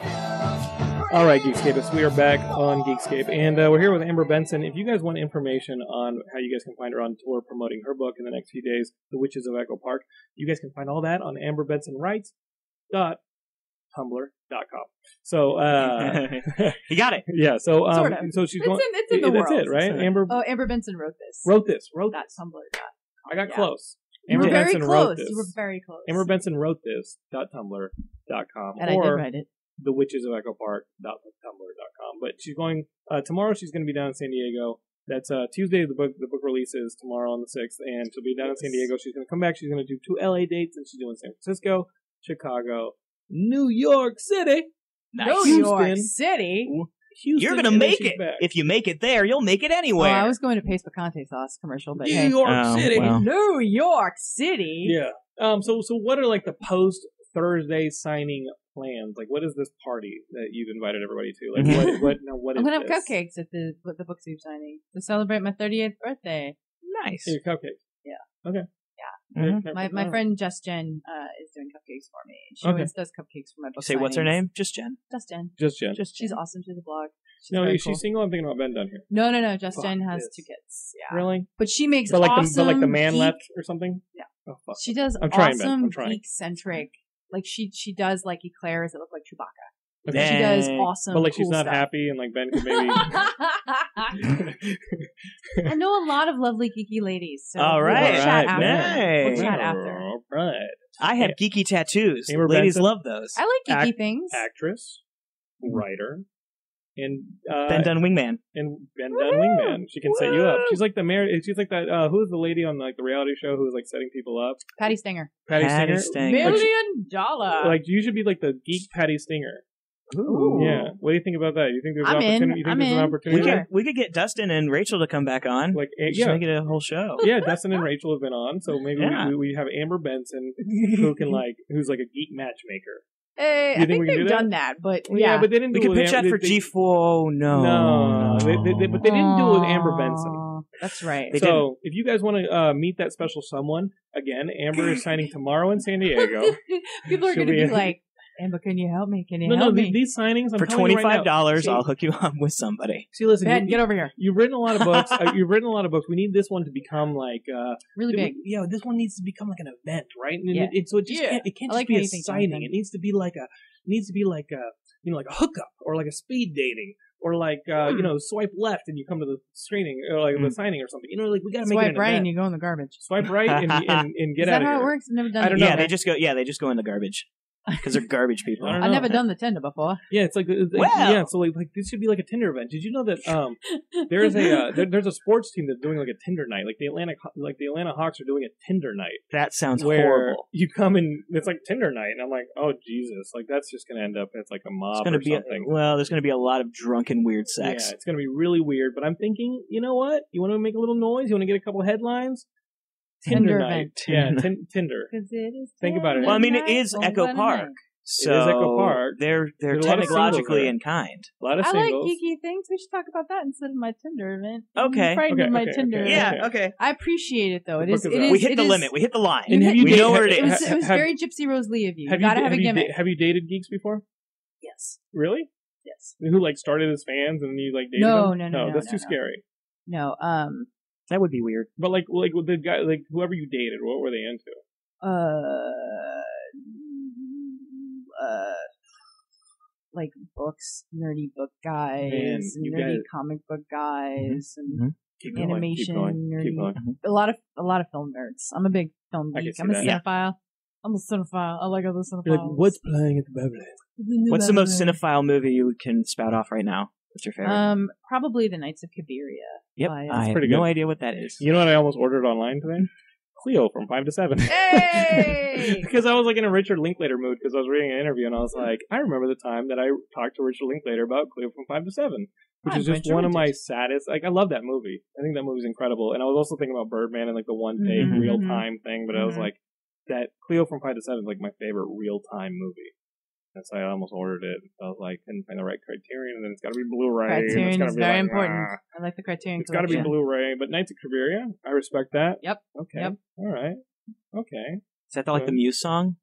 Speaker 1: All right, Geekscapists, we are back on Geekscape, and uh, we're here with Amber Benson. If you guys want information on how you guys can find her on tour promoting her book in the next few days, The Witches of Echo Park, you guys can find all that on amberbensonwrites.tumblr.com. So, uh,
Speaker 2: he got it.
Speaker 1: yeah, so um,
Speaker 3: Sort of.
Speaker 1: so she's
Speaker 3: It's
Speaker 1: going.
Speaker 3: in it's in the
Speaker 1: that's
Speaker 3: world.
Speaker 1: it, right?
Speaker 2: It's in it.
Speaker 1: Amber
Speaker 3: Oh, Amber Benson wrote this.
Speaker 1: wrote this. Wrote.
Speaker 3: that Tumblr. dot-
Speaker 1: I got
Speaker 3: yeah.
Speaker 1: close.
Speaker 3: You were
Speaker 1: Amber
Speaker 3: very
Speaker 1: Benson
Speaker 3: close.
Speaker 1: wrote this.
Speaker 3: You were very close.
Speaker 1: Amber Benson wrote this. dot Tumblr.com.
Speaker 3: and I did
Speaker 1: or
Speaker 3: write it.
Speaker 1: the witches of echo park dot tumblr dot com. but she's going uh, tomorrow she's going to be down in san diego that's uh, tuesday the book the book release is tomorrow on the 6th and she'll be down in san diego she's going to come back she's going to do two la dates and she's doing san francisco chicago new york city
Speaker 2: Nice.
Speaker 3: New York
Speaker 1: Houston.
Speaker 3: City.
Speaker 1: Houston,
Speaker 2: You're gonna
Speaker 1: and then
Speaker 2: make
Speaker 1: she's
Speaker 2: it.
Speaker 1: back.
Speaker 2: If you make it there, you'll make it
Speaker 3: Oh,
Speaker 2: anywhere.
Speaker 3: I was going to paste picante sauce commercial, but
Speaker 1: new
Speaker 3: hey.
Speaker 1: york
Speaker 2: Oh,
Speaker 1: city
Speaker 2: wow.
Speaker 3: New York City.
Speaker 1: yeah um so so what are like the post thursday signing plans like what is this party that you've invited everybody to like what
Speaker 2: Mm-hmm.
Speaker 1: what now what
Speaker 3: I'm
Speaker 1: is
Speaker 3: gonna
Speaker 1: this?
Speaker 3: have cupcakes at the at the book soup signing to celebrate my 30th birthday.
Speaker 2: Oh, nice.
Speaker 1: Your cupcakes
Speaker 3: Yeah.
Speaker 1: okay
Speaker 2: Mhm.
Speaker 1: yeah
Speaker 3: My my friend Just Jen uh, is doing cupcakes for me. She
Speaker 1: Okay.
Speaker 3: always does cupcakes for my book.
Speaker 2: Say what's her
Speaker 3: signings.
Speaker 2: name? Just Jen.
Speaker 3: Just Jen.
Speaker 1: just Oh, jen
Speaker 2: Just
Speaker 3: She's awesome. She's a blog. She's
Speaker 1: no
Speaker 3: very
Speaker 1: is
Speaker 3: cool.
Speaker 1: she single i'm thinking about ben dunn here
Speaker 3: No, no, no. Just
Speaker 1: Fuck
Speaker 3: Jen has
Speaker 1: this.
Speaker 3: two kids. Yeah,
Speaker 1: Really?
Speaker 3: but she makes
Speaker 1: But like, the,
Speaker 3: awesome.
Speaker 1: but like the man
Speaker 3: geek-
Speaker 1: left or something?
Speaker 3: Yeah.
Speaker 1: Oh fuck.
Speaker 3: She does
Speaker 1: I'm trying, Ben. I'm
Speaker 3: awesome
Speaker 1: trying.
Speaker 3: geek centric. Like she she does like eclairs that look like Chewbacca.
Speaker 1: Okay.
Speaker 4: She does
Speaker 2: Dang.
Speaker 4: awesome.
Speaker 1: but like she's
Speaker 4: cool
Speaker 1: not
Speaker 4: stuff.
Speaker 1: happy, and like Ben could maybe.
Speaker 3: I know a lot of lovely geeky ladies. So
Speaker 2: All
Speaker 3: we'll
Speaker 2: right.
Speaker 3: chat
Speaker 2: All right.
Speaker 3: after.
Speaker 2: Nice.
Speaker 3: We'll chat after.
Speaker 1: All right.
Speaker 2: I have geeky tattoos.
Speaker 1: Amber
Speaker 2: Ladies
Speaker 1: Benson.
Speaker 2: love those.
Speaker 3: I like geeky
Speaker 1: Act-
Speaker 3: things.
Speaker 1: Actress,
Speaker 3: Mm-hmm.
Speaker 1: writer, and uh,
Speaker 2: Ben Dunn Wingman.
Speaker 1: and Ben Dunn Wingman. She can set you up. She's like the mayor. She's like that. Uh, who's the lady on like the reality show who's like setting people up?
Speaker 3: Patty Stinger.
Speaker 1: Patty,
Speaker 2: Patty
Speaker 1: Stinger.
Speaker 2: Stinger.
Speaker 1: Like,
Speaker 3: Million dollar.
Speaker 1: like you should be like the geek Patty Stinger.
Speaker 2: Ooh.
Speaker 1: Yeah. What do you think about that? You think there's
Speaker 3: I'm
Speaker 1: an
Speaker 3: in.
Speaker 1: opportunity? You think
Speaker 3: I'm
Speaker 1: there's an
Speaker 3: in.
Speaker 2: We
Speaker 1: opportunity?
Speaker 3: Sure.
Speaker 2: could we could get Dustin and Rachel to come back on.
Speaker 1: Like
Speaker 2: We
Speaker 1: eh,
Speaker 2: should
Speaker 1: yeah,
Speaker 2: make it a whole show.
Speaker 1: yeah. Dustin and Rachel have been on, so maybe
Speaker 2: Yeah.
Speaker 1: we, we, we have Amber Benson who can like who's like a geek matchmaker.
Speaker 3: Hey,
Speaker 1: You
Speaker 3: Eh, I
Speaker 1: think
Speaker 3: think,
Speaker 1: we can
Speaker 3: they've
Speaker 1: do that?
Speaker 3: done that, but
Speaker 1: Well,
Speaker 3: yeah.
Speaker 1: but they didn't.
Speaker 2: We
Speaker 1: do
Speaker 2: could
Speaker 1: it with
Speaker 2: pitch
Speaker 1: Am-
Speaker 2: that for
Speaker 1: they-
Speaker 2: G four. Oh, No,
Speaker 1: No, they, they, they- but they didn't do it with Amber Benson.
Speaker 3: Aw, That's right.
Speaker 2: They
Speaker 1: so if you guys want to uh, meet that special someone again, Amber is signing tomorrow in San Diego.
Speaker 3: People are
Speaker 1: She'll
Speaker 3: going to
Speaker 1: be
Speaker 3: be
Speaker 1: in.
Speaker 3: like, Amber, can you help me? Can you
Speaker 1: no, no,
Speaker 3: help
Speaker 1: the-
Speaker 3: me?
Speaker 1: these signings I'm
Speaker 2: for
Speaker 1: telling
Speaker 2: twenty
Speaker 1: you right now-
Speaker 2: five dollars,
Speaker 1: See-
Speaker 2: I'll hook you up with somebody.
Speaker 1: See, listen,
Speaker 3: ben,
Speaker 1: you,
Speaker 3: get over here.
Speaker 1: you've written a lot of books. uh, you've written a lot of books. We need this one to become like uh,
Speaker 3: Really big.
Speaker 1: Yeah, this one needs to become like an event, right? And
Speaker 3: Yeah.
Speaker 1: it, it- so it just
Speaker 3: Yeah.
Speaker 1: can't, it can't
Speaker 3: I
Speaker 1: just
Speaker 3: like
Speaker 1: be
Speaker 3: how
Speaker 1: a
Speaker 3: you think,
Speaker 1: signing.
Speaker 3: Jonathan.
Speaker 1: It needs to be like a it needs to be like a you know like a hookup or like a speed dating or like uh,
Speaker 3: Hmm.
Speaker 1: you know swipe left and you come to the screening or like the signing or something. You know, like we gotta make it
Speaker 3: Swipe
Speaker 1: an
Speaker 3: right
Speaker 1: event.
Speaker 3: and you go in the garbage.
Speaker 1: Swipe right and, and, and get
Speaker 3: Is
Speaker 1: out
Speaker 3: that how
Speaker 1: of
Speaker 3: it
Speaker 1: here.
Speaker 3: works? I've never done
Speaker 1: I don't
Speaker 3: that.
Speaker 1: know.
Speaker 2: Yeah, they just go. Yeah, they just go in the garbage because they're garbage people.
Speaker 1: I don't
Speaker 3: I've
Speaker 1: know.
Speaker 3: never done the tender before.
Speaker 1: Yeah, it's like it's like-
Speaker 2: Well.
Speaker 1: yeah. So like, like this should be like a Tinder event. Did you know that um there's a uh, there, there's a sports team that's doing like a Tinder night. Like the Atlanta like the Atlanta Hawks are doing a Tinder night
Speaker 2: That sounds
Speaker 1: where
Speaker 2: horrible.
Speaker 1: you come and it's like Tinder night, and I'm like, oh Jesus, like that's just gonna end up it's like a mob
Speaker 2: It's
Speaker 1: or
Speaker 2: gonna be a,
Speaker 1: something.
Speaker 2: well. There's gonna be a lot of drunken weird sex.
Speaker 1: Yeah, it's gonna be really weird. But I'm thinking, you know what? You want to make a little noise? You want to get a couple headlines?
Speaker 3: Tinder
Speaker 1: night,
Speaker 2: event.
Speaker 1: yeah, tin Tinder.
Speaker 3: Because it is.
Speaker 1: Think about it.
Speaker 2: Well, I mean, it
Speaker 3: Tinder
Speaker 2: is
Speaker 3: Oh, night,
Speaker 2: Echo
Speaker 3: Golden
Speaker 2: Park,
Speaker 3: Night.
Speaker 2: so
Speaker 1: Echo Park.
Speaker 2: They're they're
Speaker 1: There's a lot of singles
Speaker 2: technologically
Speaker 1: there.
Speaker 2: in kind.
Speaker 1: A lot of
Speaker 3: I like
Speaker 1: singles.
Speaker 3: geeky things. We should talk about that instead of my Tinder event.
Speaker 2: Okay.
Speaker 3: I'm frightened
Speaker 1: Okay,
Speaker 3: of my
Speaker 1: okay,
Speaker 3: Tinder.
Speaker 1: okay.
Speaker 3: event.
Speaker 1: Yeah,
Speaker 2: okay.
Speaker 3: I appreciate it though. It
Speaker 1: The
Speaker 3: is.
Speaker 1: book
Speaker 3: It
Speaker 1: is out.
Speaker 3: is.
Speaker 2: We hit
Speaker 3: it
Speaker 2: the
Speaker 3: is-
Speaker 2: limit. We hit the line.
Speaker 1: and have you
Speaker 2: we
Speaker 1: dated-
Speaker 2: know where it
Speaker 3: It
Speaker 2: is.
Speaker 3: was, it was
Speaker 1: Have-
Speaker 3: very Gypsy Rose Lee of you.
Speaker 1: have
Speaker 3: you gotta
Speaker 1: da-
Speaker 3: have,
Speaker 1: have
Speaker 3: a
Speaker 1: you da-
Speaker 3: gimmick.
Speaker 1: have you dated geeks before?
Speaker 3: yes.
Speaker 1: Really?
Speaker 3: Yes.
Speaker 1: Who like started as fans and you like dated them?
Speaker 3: No,
Speaker 1: Oh,
Speaker 3: no, no, no,
Speaker 1: that's
Speaker 3: no,
Speaker 1: too
Speaker 3: no.
Speaker 1: scary.
Speaker 3: No. Um.
Speaker 2: that would be weird.
Speaker 1: But like, like with the guy, like whoever you dated, what were they into?
Speaker 3: Uh. Uh. Like books, nerdy book guys,
Speaker 1: Man, you Mm-hmm.
Speaker 3: nerdy
Speaker 1: guys-
Speaker 3: comic book guys, and
Speaker 2: mhm.
Speaker 1: Keep
Speaker 3: animation, nerdy,
Speaker 1: going.
Speaker 3: a lot of a lot of film nerds. I'm a big film
Speaker 1: I can
Speaker 3: geek.
Speaker 1: see
Speaker 3: I'm a
Speaker 1: that.
Speaker 2: Yeah.
Speaker 3: cinephile. I'm a cinephile. I like other cinephiles.
Speaker 1: You're like, what's playing at the Beverly?
Speaker 2: What's the most cinephile movie you can spout off right now? What's your favorite?
Speaker 3: Um, probably the Knights of Kiberia.
Speaker 2: yep,
Speaker 3: I-
Speaker 2: I have
Speaker 1: pretty
Speaker 2: no
Speaker 1: good.
Speaker 2: idea what that is.
Speaker 1: You know what I almost ordered online today? Cleo from five to seven.
Speaker 3: Hey!
Speaker 1: because I was like in a Richard Linklater mood because I was reading an interview and I was like, I remember the time that I talked to Richard Linklater about Cleo from five to seven, which
Speaker 3: I'm
Speaker 1: is just
Speaker 3: glad you
Speaker 1: one of
Speaker 3: read
Speaker 1: my
Speaker 3: it.
Speaker 1: saddest. Like, I love that movie. I think that movie's incredible. And I was also thinking about Birdman and like the one take
Speaker 3: Mm-hmm.
Speaker 2: Mhm.
Speaker 1: real time thing, but I was
Speaker 3: Mhm.
Speaker 1: like, that Cleo from five to seven is like my favorite real time movie. And so I almost ordered it. I was like, couldn't find the right criterion, and then it's got to be Blu-ray. and it's
Speaker 3: Criterion
Speaker 1: gotta
Speaker 3: is
Speaker 1: be
Speaker 3: very
Speaker 1: like, "Ah."
Speaker 3: important.
Speaker 1: nah.
Speaker 3: I like the Criterion.
Speaker 1: It's got to be
Speaker 3: collection.
Speaker 1: Blu-ray, but Knights of Cabiria, I respect that.
Speaker 3: Yep.
Speaker 1: Okay.
Speaker 3: Yep.
Speaker 1: All right. Okay.
Speaker 2: Is that the,
Speaker 1: Uh,
Speaker 2: like the Muse song?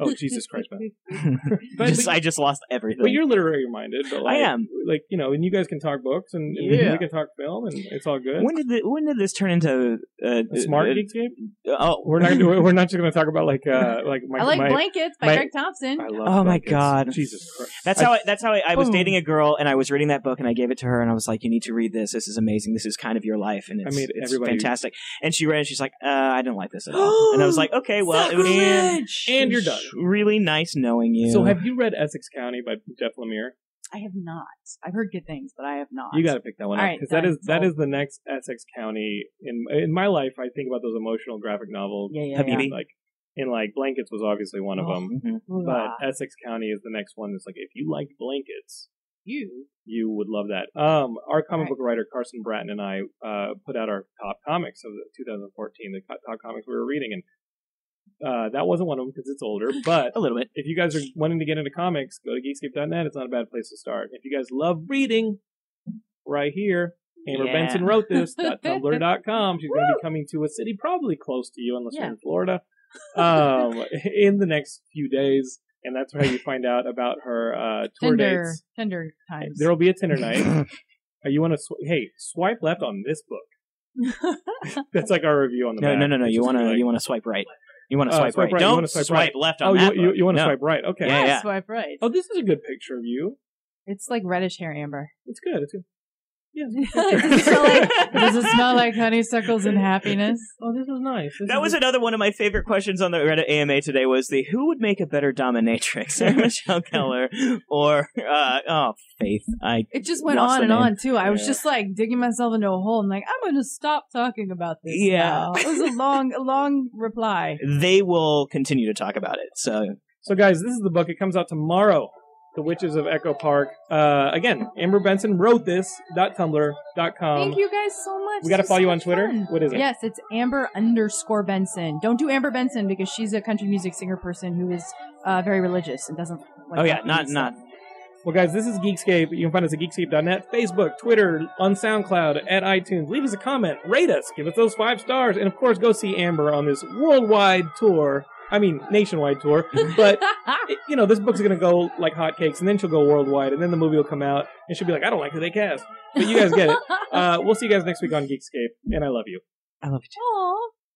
Speaker 1: Oh Jesus Christ, man! But,
Speaker 2: Just- I just lost everything.
Speaker 1: but you're literary minded, but like,
Speaker 2: I am.
Speaker 1: Like you know, and you guys can talk books, and, and
Speaker 2: Yeah.
Speaker 1: we can talk film, and it's all good.
Speaker 2: When did the, when did this turn into uh,
Speaker 1: A Smart
Speaker 2: uh,
Speaker 1: Geekscape.
Speaker 2: Oh,
Speaker 1: We're not. Gonna, we're not just going to talk about like uh like my.
Speaker 3: I like
Speaker 1: my,
Speaker 3: Blankets by
Speaker 1: my-
Speaker 3: Greg Thompson.
Speaker 1: I love
Speaker 2: Oh my
Speaker 1: blankets.
Speaker 2: God.
Speaker 1: Jesus Christ!
Speaker 2: That's
Speaker 1: I-
Speaker 2: how I, that's how I, I was
Speaker 3: Boom.
Speaker 2: dating a girl and I was reading that book and I gave it to her and I was like, "You need to read this. This is amazing. This is kind of your life and it's,
Speaker 1: made
Speaker 2: it's
Speaker 1: everybody-
Speaker 2: fantastic." And she read it. And she's like, uh, "I didn't like this at all." and I was like, "Okay, well, it was
Speaker 3: Sacrilege!
Speaker 1: and you're done.
Speaker 2: Really nice knowing you."
Speaker 1: So have you read Essex County by Jeff Lemire?
Speaker 3: I have not. I've heard good things, but I have not.
Speaker 1: You got to pick that one
Speaker 3: All
Speaker 1: up
Speaker 3: right,
Speaker 1: because that
Speaker 3: done.
Speaker 1: is that
Speaker 3: Sold.
Speaker 1: is the next Essex County in in my life. I think about those emotional graphic novels.
Speaker 3: Yeah, yeah,
Speaker 2: Habibi.
Speaker 1: Like in like blankets was obviously one of
Speaker 3: Oh.
Speaker 1: them,
Speaker 2: Mhm.
Speaker 3: yeah.
Speaker 1: but uh, Essex County is the next one. That's like if you liked blankets,
Speaker 3: you.
Speaker 1: you would love that. Um, our comic
Speaker 3: Right.
Speaker 1: book writer Carson Bratton and I uh, put out our top comics of the 2014, the co- top comics we were reading, and uh, that wasn't one of them because it's older, but.
Speaker 2: a little bit?
Speaker 1: If you guys are wanting to get into comics, go to geekscape.net. It's not a bad place to start. If you guys love reading, right here, Amber
Speaker 2: Yeah.
Speaker 1: Benson wrote this. Tumblr.com. She's going to be coming to a city probably close to you, unless you're
Speaker 3: Yeah.
Speaker 1: in Florida, um, in the next few days. And that's where you find out about her uh, tour
Speaker 3: Tinder,
Speaker 1: dates.
Speaker 3: Tinder times.
Speaker 1: There will be a Tinder night. Uh, you want to sw- hey swipe left on this book? That's like our review on the
Speaker 2: No,
Speaker 1: back.
Speaker 2: no, no, no.
Speaker 1: It's
Speaker 2: You
Speaker 1: just
Speaker 2: want to
Speaker 1: like,
Speaker 2: you want to swipe right. You want to
Speaker 1: Uh,
Speaker 2: swipe,
Speaker 1: swipe
Speaker 2: right.
Speaker 1: right, you
Speaker 2: Don't
Speaker 1: wanna swipe right.
Speaker 2: swipe, left on
Speaker 1: Oh,
Speaker 2: that.
Speaker 1: you, you,
Speaker 2: book.
Speaker 1: you want to
Speaker 2: No.
Speaker 1: swipe right? Okay.
Speaker 2: Yeah, yeah.
Speaker 3: Swipe right.
Speaker 1: Oh, this is a good picture of you.
Speaker 3: It's like reddish hair, Amber.
Speaker 1: It's good. It's good. Yeah. this is a good
Speaker 3: does,
Speaker 1: picture.
Speaker 3: it smell like, does it smell like honeysuckles and happiness?
Speaker 1: oh, this is nice. This
Speaker 2: That
Speaker 1: is
Speaker 2: was another one of my favorite questions on the Reddit AMA today was the who would make a better dominatrix, Sarah Michelle Keller or uh, oh Faith? I
Speaker 3: It just went
Speaker 2: Lost
Speaker 3: on
Speaker 2: the
Speaker 3: and
Speaker 2: name.
Speaker 3: on too. I was
Speaker 1: Yeah.
Speaker 3: just like digging myself into a hole. and like, I'm gonna stop talking about this.
Speaker 2: Yeah.
Speaker 3: now. it was a long, a long reply.
Speaker 2: they will continue to talk about it. So
Speaker 1: So, guys, this is the book. It comes out tomorrow. The Witches of Echo Park. Uh, again, Amber Benson wrote this. dot Tumblr. dot com.
Speaker 3: Thank you guys so much.
Speaker 1: Um, We got to
Speaker 3: This was
Speaker 1: follow
Speaker 3: so
Speaker 1: you on
Speaker 3: much
Speaker 1: Twitter.
Speaker 3: fun.
Speaker 1: What is it?
Speaker 3: Yes, it's Amber underscore Benson. Don't do Amber Benson because she's a country music singer person who is uh, very religious and doesn't. Like
Speaker 2: oh yeah,
Speaker 3: that
Speaker 2: not
Speaker 3: kind of
Speaker 2: not
Speaker 1: Well, guys, this is Geekscape. You can find us at geekscape.net, Facebook, Twitter, on SoundCloud, at iTunes. Leave us a comment, rate us, give us those five stars, and of course, go see Amber on this worldwide tour. I mean, nationwide tour. But, it- you know, this book's going to go like hotcakes, and then she'll go worldwide, and then the movie will come out, and she'll be like, I don't like who they cast. But you guys get it. Uh, we'll see you guys next week on Geekscape, and I love you.
Speaker 2: I love
Speaker 3: Aw.